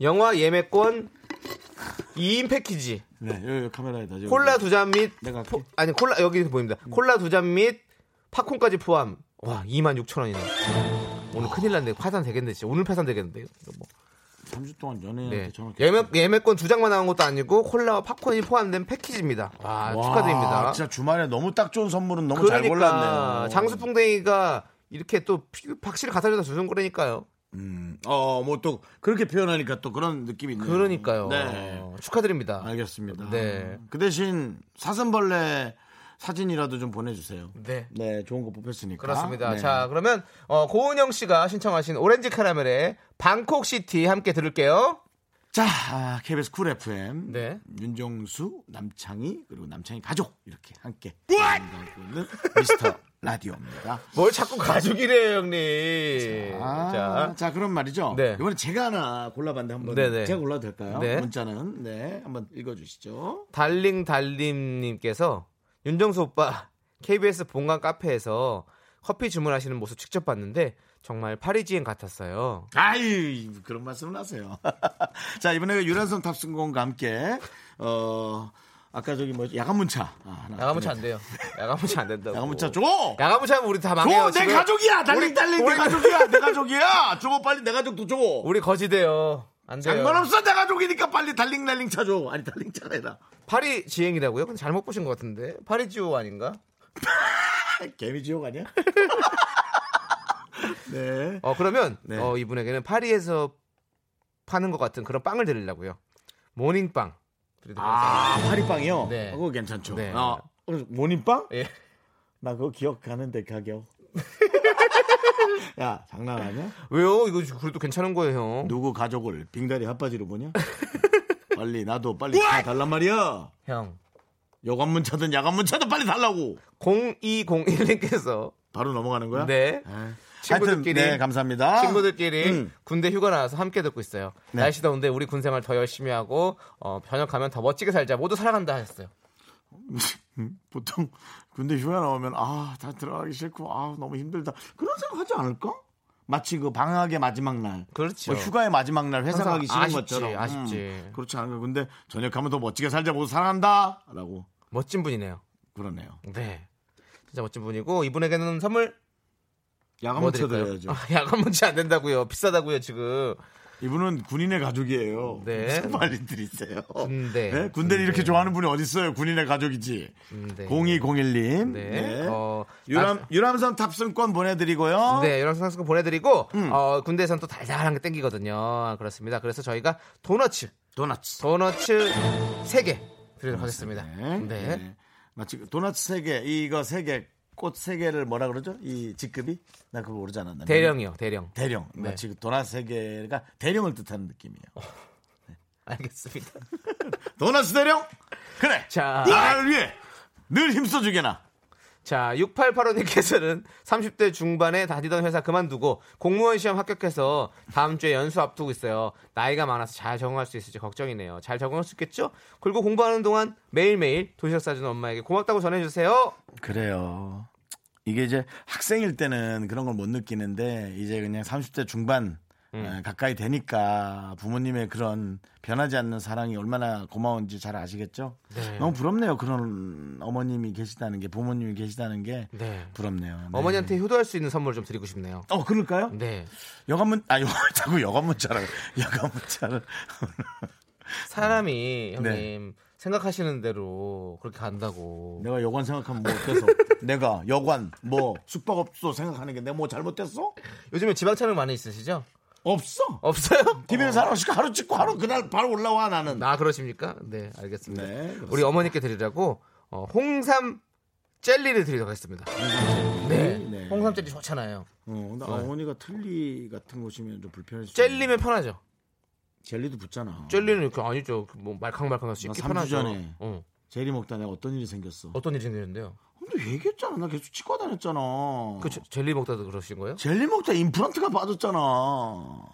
C: 영화 예매권 2인 패키지.
B: 네, 여기, 여기 카메라에다 지금.
C: 콜라 두 잔 및
B: 내가 할게.
C: 아니 콜라 여기 보입니다. 콜라 두 잔 및 팝콘까지 포함. 와 2만 6천 원이네. 오늘 큰일 났네. 파산 되겠네 진짜. 오늘 파산 되겠는데. 이거 뭐.
B: 3주 동안 연애한테
C: 네.
B: 전화
C: 예매 예매권 두 장만 나온 것도 아니고 콜라와 팝콘이 포함된 패키지입니다. 와,
B: 와,
C: 아, 축하드립니다.
B: 진짜 주말에 너무 딱 좋은 선물은 너무 잘 골랐네요.
C: 그러니까 장수풍뎅이가 이렇게 또 피- 박씨를 가져다 주는 거라니까요.
B: 음, 어, 뭐 또 그렇게 표현하니까 또 그런 느낌이 있네요.
C: 그러니까요.
B: 음. 네.
C: 축하드립니다.
B: 알겠습니다.
C: 네.
B: 그 대신 사슴벌레 사진이라도 좀 보내주세요.
C: 네.
B: 네, 좋은 거 뽑혔으니까.
C: 그렇습니다.
B: 네.
C: 자, 그러면 어, 고은영 씨가 신청하신 오렌지 카라멜의 방콕 시티 함께 들을게요.
B: 자, 아, KBS 쿨 FM.
C: 네.
B: 윤정수, 남창희, 그리고 남창희 가족. 이렇게 함께. 진행하고 있는 미스터 라디오입니다.
C: 뭘 자꾸 가족이래요, 형님.
B: 아,
C: 자,
B: 자. 그럼 말이죠.
C: 네.
B: 이번에 제가 하나 골라봤는데 한번
C: 네네.
B: 제가 골라도 될까요?
C: 네.
B: 문자는 네 한번 읽어주시죠.
C: 달링 달림님께서 윤정수 오빠 KBS 본관 카페에서 커피 주문하시는 모습 직접 봤는데 정말 파리지엔 같았어요.
B: 아이 그런 말씀을 하세요. 자 이번에 유란선 탑승공과 함께 어 아까 저기 뭐 야간문차 아, 하나
C: 야간무차 안 돼요. 야간무차 안 된다고.
B: 야간문차 줘.
C: 야간무차 하면 우리 다 망해요.
B: 줘! 내
C: 지금.
B: 가족이야! 달리
C: 우리-
B: 달리 내
C: 우리-
B: 가족이야! 내 가족이야! 줘 빨리 내 가족도 줘!
C: 우리 거지돼요. 안 돼요.
B: 상관없어 내 가족이니까 빨리 달링달링 차줘! 아니 달링차가 아니라
C: 파리 지행이라고요? 근데 잘못 보신 것 같은데. 파리지오 아닌가?
B: 개미지옥 아니야? 네.
C: 어 그러면
B: 네.
C: 어, 이분에게는 파리에서 파는 것 같은 그런 빵을 드리려고요. 모닝빵. 드리도록 하겠습니다.
B: 아 파리빵이요?
C: 네.
B: 그거 괜찮죠.
C: 네.
B: 어, 그래서 모닝빵?
C: 예.
B: 나 그거 기억하는데 가격. 야 장난 아니야?
C: 왜요? 이거 그래도 괜찮은 거예요, 형.
B: 누구 가족을 빙다리 핫바지로 보냐? 빨리 나도 빨리 차 달란 말이야.
C: 형.
B: 여관문 차든 야관문 차든 빨리 달라고.
C: 0201님께서
B: 바로 넘어가는 거야?
C: 네.
B: 아,
C: 친구들끼리
B: 하여튼, 네, 감사합니다.
C: 친구들끼리
B: 음.
C: 군대 휴가 나와서 함께 듣고 있어요.
B: 네.
C: 날씨 더운데 우리 군 생활 더 열심히 하고 어, 전역하면 더 멋지게 살자. 모두 사랑한다 하셨어요.
B: 보통 군대 휴가 나오면 아 다 들어가기 싫고 아 너무 힘들다 그런 생각하지 않을까? 마치 그 방학의 마지막 날,
C: 그렇죠.
B: 뭐 휴가의 마지막 날 회사
C: 항상
B: 가기 싫은
C: 아쉽지,
B: 것처럼 음,
C: 아쉽지.
B: 그렇지 않을까? 근데 저녁하면 더 멋지게 살자 모두 사랑한다라고
C: 멋진 분이네요.
B: 그러네요.
C: 네. 진짜 멋진 분이고 이분에게는 선물
B: 야간
C: 뭐
B: 문차
C: 드릴까요?
B: 드려야죠.
C: 아, 야간 문차안 된다고요. 비싸다고요, 지금.
B: 이분은 군인의 가족이에요.
C: 네.
B: 무슨 말이 들이세요?
C: 군대.
B: 네? 군대를 이렇게 좋아하는 분이 어디 있어요? 군인의 가족이지.
C: 군대.
B: 0201님.
C: 음, 네.
B: 네.
C: 어,
B: 유람
C: 나-
B: 유람선 탑승권 보내드리고요.
C: 네, 이런 상승권 보내드리고, 어, 군대에선 또 달달한 게 땡기거든요. 그렇습니다. 그래서 저희가 도너츠,
B: 도넛.
C: 도너츠 3개 드리도록 하겠습니다.
B: 네.
C: 네.
B: 네. 마치 도넛 세 개, 이거 세 개, 꽃 세 개를 뭐라 그러죠? 이 직급이? 나 그거 모르지 않았나?
C: 대령이요, 네. 대령.
B: 대령. 마치 그 도넛 세 개가 대령을 뜻하는 느낌이에요.
C: 알겠습니다.
B: 도넛 대령? 그래.
C: 자.
B: 나를 위해 늘 힘써주게나.
C: 자, 6885님께서는 30대 중반에 다니던 회사 그만두고 공무원 시험 합격해서 다음 주에 연수 앞두고 있어요. 나이가 많아서 잘 적응할 수 있을지 걱정이네요. 잘 적응할 수 있겠죠? 그리고 공부하는 동안 매일매일 도시락 싸주는 엄마에게 고맙다고 전해주세요.
B: 그래요. 이게 이제 학생일 때는 그런 걸 못 느끼는데 이제 그냥 30대 중반
C: 음.
B: 에, 가까이 되니까 부모님의 그런 변하지 않는 사랑이 얼마나 고마운지 잘 아시겠죠? 너무 부럽네요. 그런 어머님이 계시다는 게 부모님이 계시다는 게
C: 네.
B: 부럽네요. 네.
C: 어머니한테 효도할 수 있는 선물을 좀 드리고 싶네요.
B: 어 그럴까요?
C: 네.
B: 여관문 아 여, 자꾸 여관문자라고 여관문자를
C: 사람이
B: 네.
C: 형님 생각하시는 대로 그렇게 간다고.
B: 내가 여관 생각하면 뭐 어때서 내가 여관 뭐 숙박업소 생각하는 게 내가 뭐 잘못됐어?
C: 요즘에 지방 촬영 많이 있으시죠?
B: 없어.
C: 없어요?
B: TV에서 하루씩 하루 찍고 하루 그날 바로 올라와 나는.
C: 나 그러십니까? 네, 알겠습니다.
B: 네, 그렇습니다.
C: 우리 어머니께 드리라고 어, 홍삼 젤리를 드리도록 하겠습니다. 네,
B: 네.
C: 홍삼 젤리 좋잖아요.
B: 어, 나 어머니가 틀니 같은 곳이면 좀 불편해서.
C: 젤리면 편하죠.
B: 젤리도 붙잖아.
C: 젤리는 이렇게 아니죠. 뭐 말캉말캉할 수 있게
B: 나
C: 편하죠.
B: 삼주 전에.
C: 어.
B: 젤리 먹다 내가 어떤 일이 생겼어.
C: 어떤 일이 생겼는데요?
B: 근데 얘기했잖아. 나 계속 치과 다녔잖아.
C: 그 제- 젤리 먹다도 그러신 거예요?
B: 젤리 먹다 임플란트가 빠졌잖아.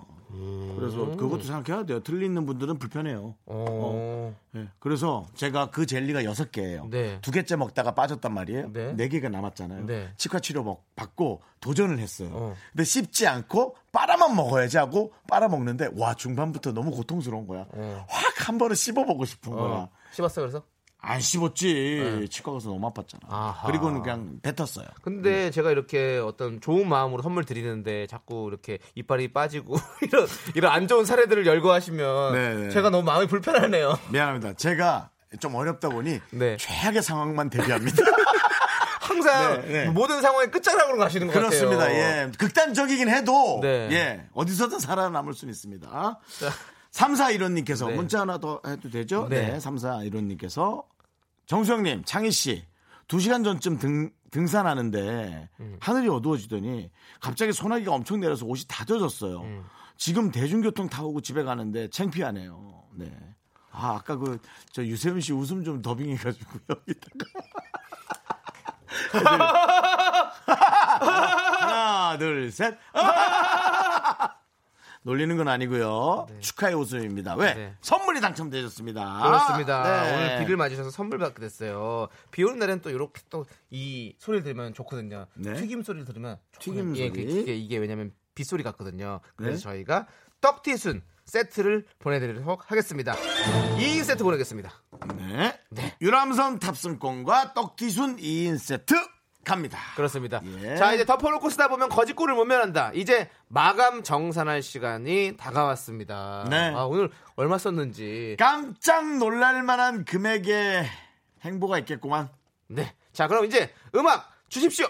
B: 그래서 그것도 생각해야 돼요. 틀니 있는 분들은 불편해요.
C: 어.
B: 예, 그래서 제가 그 젤리가 여섯 개예요.
C: 네.
B: 두 개째 먹다가 빠졌단 말이에요.
C: 네.
B: 네, 개가 남았잖아요.
C: 네.
B: 치과 치료 먹- 받고 도전을 했어요.
C: 어.
B: 근데 씹지 않고 빨아만 먹어야지 하고 빨아 먹는데 와 중반부터 너무 고통스러운 거야.
C: 어.
B: 확 한 번에 씹어 보고 싶은 거야.
C: 씹었어 그래서?
B: 안 씹었지. 치과 가서 너무 아팠잖아.
C: 아하.
B: 그리고는 그냥 뱉었어요. 음.
C: 근데 제가 이렇게 어떤 좋은 마음으로 선물 드리는데 자꾸 이렇게 이빨이 빠지고 이런 이런 안 좋은 사례들을 열거하시면
B: 네, 네.
C: 제가 너무 마음이 불편하네요.
B: 미안합니다. 제가 좀 어렵다 보니
C: 네.
B: 최악의 상황만 대비합니다.
C: 항상
B: 네, 네.
C: 모든 상황의 끝자락으로 가시는 것
B: 그렇습니다.
C: 같아요.
B: 예. 극단적이긴 해도
C: 네.
B: 예. 어디서든 살아남을 수는 있습니다. 3415님께서
C: 네.
B: 문자 하나 더 해도 되죠?
C: 네.
B: 네. 3415님께서 정수영님, 창희씨, 2시간 전쯤 등, 등산하는데
C: 음.
B: 하늘이 어두워지더니 갑자기 소나기가 엄청 내려서 옷이 다 젖었어요.
C: 음.
B: 지금 대중교통 타고 집에 가는데 창피하네요. 네. 아, 아까 그, 저 유세윤 씨 웃음 좀 더빙해가지고 여기다가. 하나, 둘, 셋. 놀리는 건 아니고요. 축하의 웃음입니다. 왜?
C: 네.
B: 선물이 당첨되셨습니다.
C: 그렇습니다.
B: 네.
C: 오늘 비를 맞으셔서 선물 받게 됐어요. 비 오는 날엔 또 이렇게 또 이 소리를 들으면 좋거든요.
B: 네.
C: 튀김 소리를 들으면 좋거든요.
B: 튀김
C: 예,
B: 소리. 네.
C: 그게- 이게, 이게 왜냐면 빗소리 같거든요. 그래서 저희가 떡튀순 세트를 보내드리도록 하겠습니다. 이 세트 보내겠습니다.
B: 네. 유람선 탑승권과 떡튀순 2인 세트 갑니다.
C: 그렇습니다.
B: 예.
C: 자 이제 덮어놓고 쓰다 보면 거짓골을 못 면한다. 이제 마감 정산할 시간이 다가왔습니다.
B: 네.
C: 아, 오늘 얼마 썼는지.
B: 깜짝 놀랄 만한 금액의 행보가 있겠구만.
C: 네. 자 그럼 이제 음악 주십시오.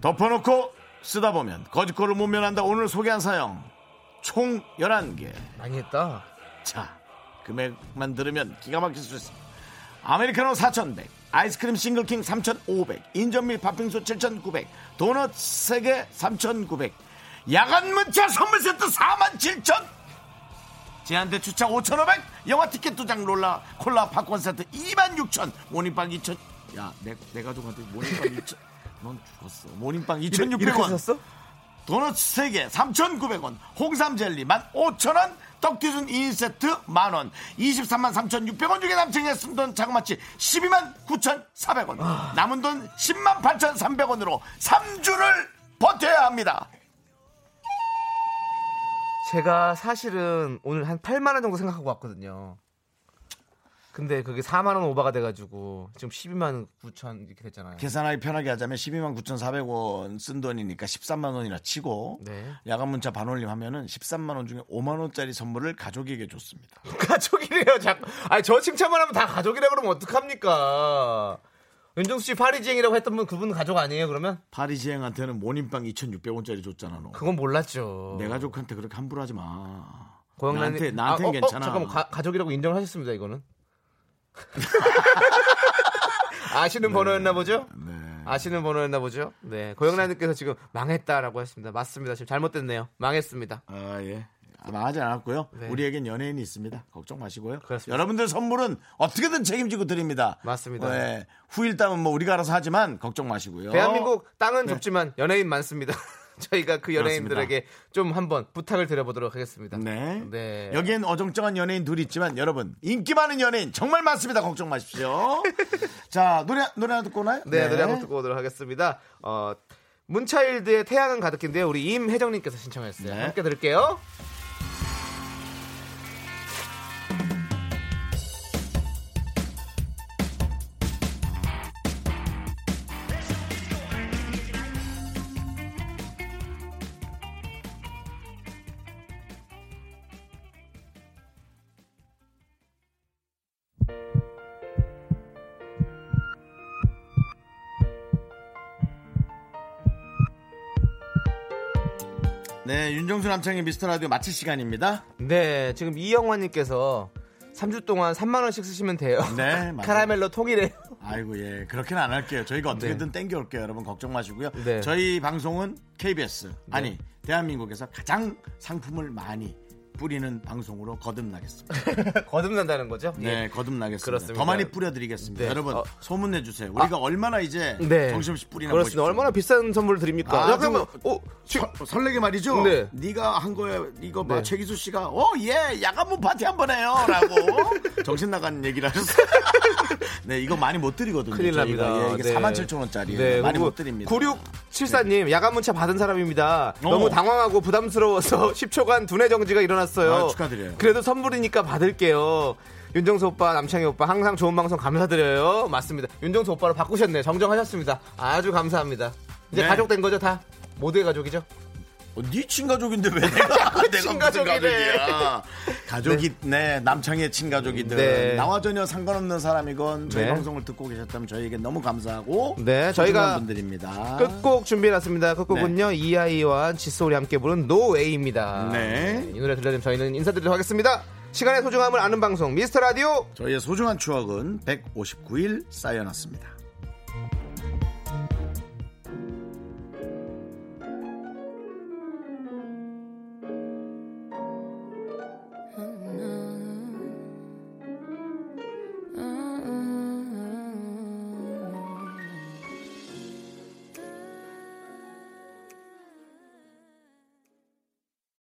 B: 덮어놓고 쓰다 보면 거짓골을 못 면한다. 오늘 소개한 사연 총 11개.
C: 많이 했다.
B: 자, 금액만 들으면 기가 막힐 수 있습니다. 아메리카노 4,100, 아이스크림 싱글킹 3,500, 인절미 팥빙수 7,900, 도넛 3개 3,900, 야간 문자 선물 세트 47,000, 제한대 주차 5,500, 영화 티켓 2장 롤라 콜라 팝콘 세트 26,000, 모닝빵 2,000. 야, 내, 내 가족한테 모닝빵 2,000. 넌 죽었어. 모닝빵 2,600원. 도넛 3개 3,900원 홍삼젤리 15,000원 떡튀순 2인 세트 만원 23만 3,600원 중에 남창이 쓴 돈 자그마치 12만 9,400원 남은 돈 10만 8,300원으로 3주를 버텨야 합니다
C: 제가 사실은 오늘 한 8만 원 정도 생각하고 왔거든요. 근데 그게 4만 원 오버가 돼가지고 지금 12만 9천 이렇게 됐잖아요.
B: 계산하기 편하게 하자면 12만 9,400원 쓴 돈이니까 13만 원이나 치고
C: 네.
B: 야간 문자 반올림 하면은 13만 원 중에 5만 원짜리 선물을 가족에게 줬습니다
C: 가족이래요. 자, 아니 저 칭찬만 하면 다 가족이라 그러면 어떡합니까? 윤정수 씨 파리지행이라고 했던 분 그분 가족 아니에요? 그러면
B: 파리지행한테는 모닝빵 2,600원짜리 줬잖아 너
C: 그건 몰랐죠.
B: 내 가족한테 그렇게 함부로 하지 마. 나한테
C: 고영란이-
B: 나한테
C: 아, 어, 어,
B: 괜찮아.
C: 잠깐만 가, 가족이라고 인정을 하셨습니다. 이거는 아시는 번호였나 보죠?
B: 네.
C: 아시는 번호였나 보죠? 네, 고영란님께서 지금 망했다라고 했습니다. 맞습니다. 지금 잘못됐네요. 망했습니다.
B: 아 예. 아, 망하지 않았고요.
C: 네.
B: 우리에겐 연예인이 있습니다. 걱정 마시고요.
C: 그렇습니다.
B: 여러분들 선물은 어떻게든 책임지고 드립니다.
C: 맞습니다.
B: 예. 후일담은 뭐 우리가 알아서 하지만 걱정 마시고요.
C: 대한민국 땅은
B: 네.
C: 좁지만 연예인 많습니다. 저희가 그 연예인들에게 좀 한번 부탁을 드려보도록 하겠습니다.
B: 네.
C: 네.
B: 여기엔 어정쩡한 연예인 둘이 있지만 여러분 인기 많은 연예인 정말 많습니다. 걱정 마십시오. 자 노래 노래 하나 듣고 나요?
C: 네, 노래 한곡 듣고 오도록 하겠습니다. 어, 문차일드의 태양은 가득인데요. 우리 임혜정님께서 신청했어요.
B: 네.
C: 함께 들을게요.
B: 네 윤정수 남창의 미스터 라디오 마칠 시간입니다.
C: 네, 지금 이영환님께서 3주 동안 3만원씩 쓰시면 돼요.
B: 네, 맞아요.
C: 카라멜로 통일해요.
B: 아이고 예 그렇게는 안 할게요 저희가 어떻게든 땡겨올게요 여러분 걱정 마시고요
C: 네.
B: 저희 방송은 KBS 아니 대한민국에서 가장 상품을 많이 뿌리는 방송으로 거듭나겠습니다
C: 거듭난다는 거죠?
B: 네
C: 예.
B: 거듭나겠습니다
C: 그렇습니다.
B: 더 많이 뿌려드리겠습니다
C: 네.
B: 여러분
C: 어. 아.
B: 소문내 주세요 우리가 얼마나 이제
C: 네.
B: 정신없이 뿌리나
C: 그렇습니다. 얼마나 비싼 선물을 드립니까?
B: 아,
C: 잠깐만.
B: 그-
C: 어, 지-
B: 서- 설레게 말이죠.
C: 네.
B: 네. 가한 거에 이거 봐
C: 네.
B: 최기수 씨가 어예 야간문 파티 한 번 해요라고 정신 나간 얘기를 하셨어요. 네 이거 많이 못 드리거든요.
C: 큰일
B: 저희가.
C: 납니다.
B: 예, 이게
C: 네.
B: 4만 7천 원짜리
C: 네,
B: 많이
C: 그리고
B: 못 드립니다. 네.
C: 9674님 야간 문자 받은 사람입니다.
B: 어.
C: 너무 당황하고 부담스러워서 10초간 두뇌 정지가 일어났어요.
B: 아, 축하드려요.
C: 그래도 선물이니까 받을게요. 윤정수 오빠, 남창희 오빠 항상 좋은 방송 감사드려요. 맞습니다. 윤정수 오빠로 바꾸셨네요. 정정하셨습니다. 아주 감사합니다. 이제
B: 네.
C: 가족 된 거죠 다? 모두의 가족이죠?
B: 어, 네 친가족인데 왜 내가 내가 무슨
C: 친가족이래.
B: 가족이야? 가족이 네 남창의 친가족이든
C: 네.
B: 나와 전혀 상관없는 사람이건 저희
C: 네.
B: 방송을 듣고 계셨다면 저희에게 너무 감사하고
C: 네,
B: 소중한
C: 저희가
B: 분들입니다.
C: 끝곡 준비해놨습니다. 끝곡은요 이하이와 지소리 함께 부른 노웨이입니다.
B: 네.
C: 이 노래 들려드리면 저희는 인사드리도록 하겠습니다. 시간의 소중함을 아는 방송 미스터 라디오
B: 저희의 소중한 추억은 159일 쌓여놨습니다.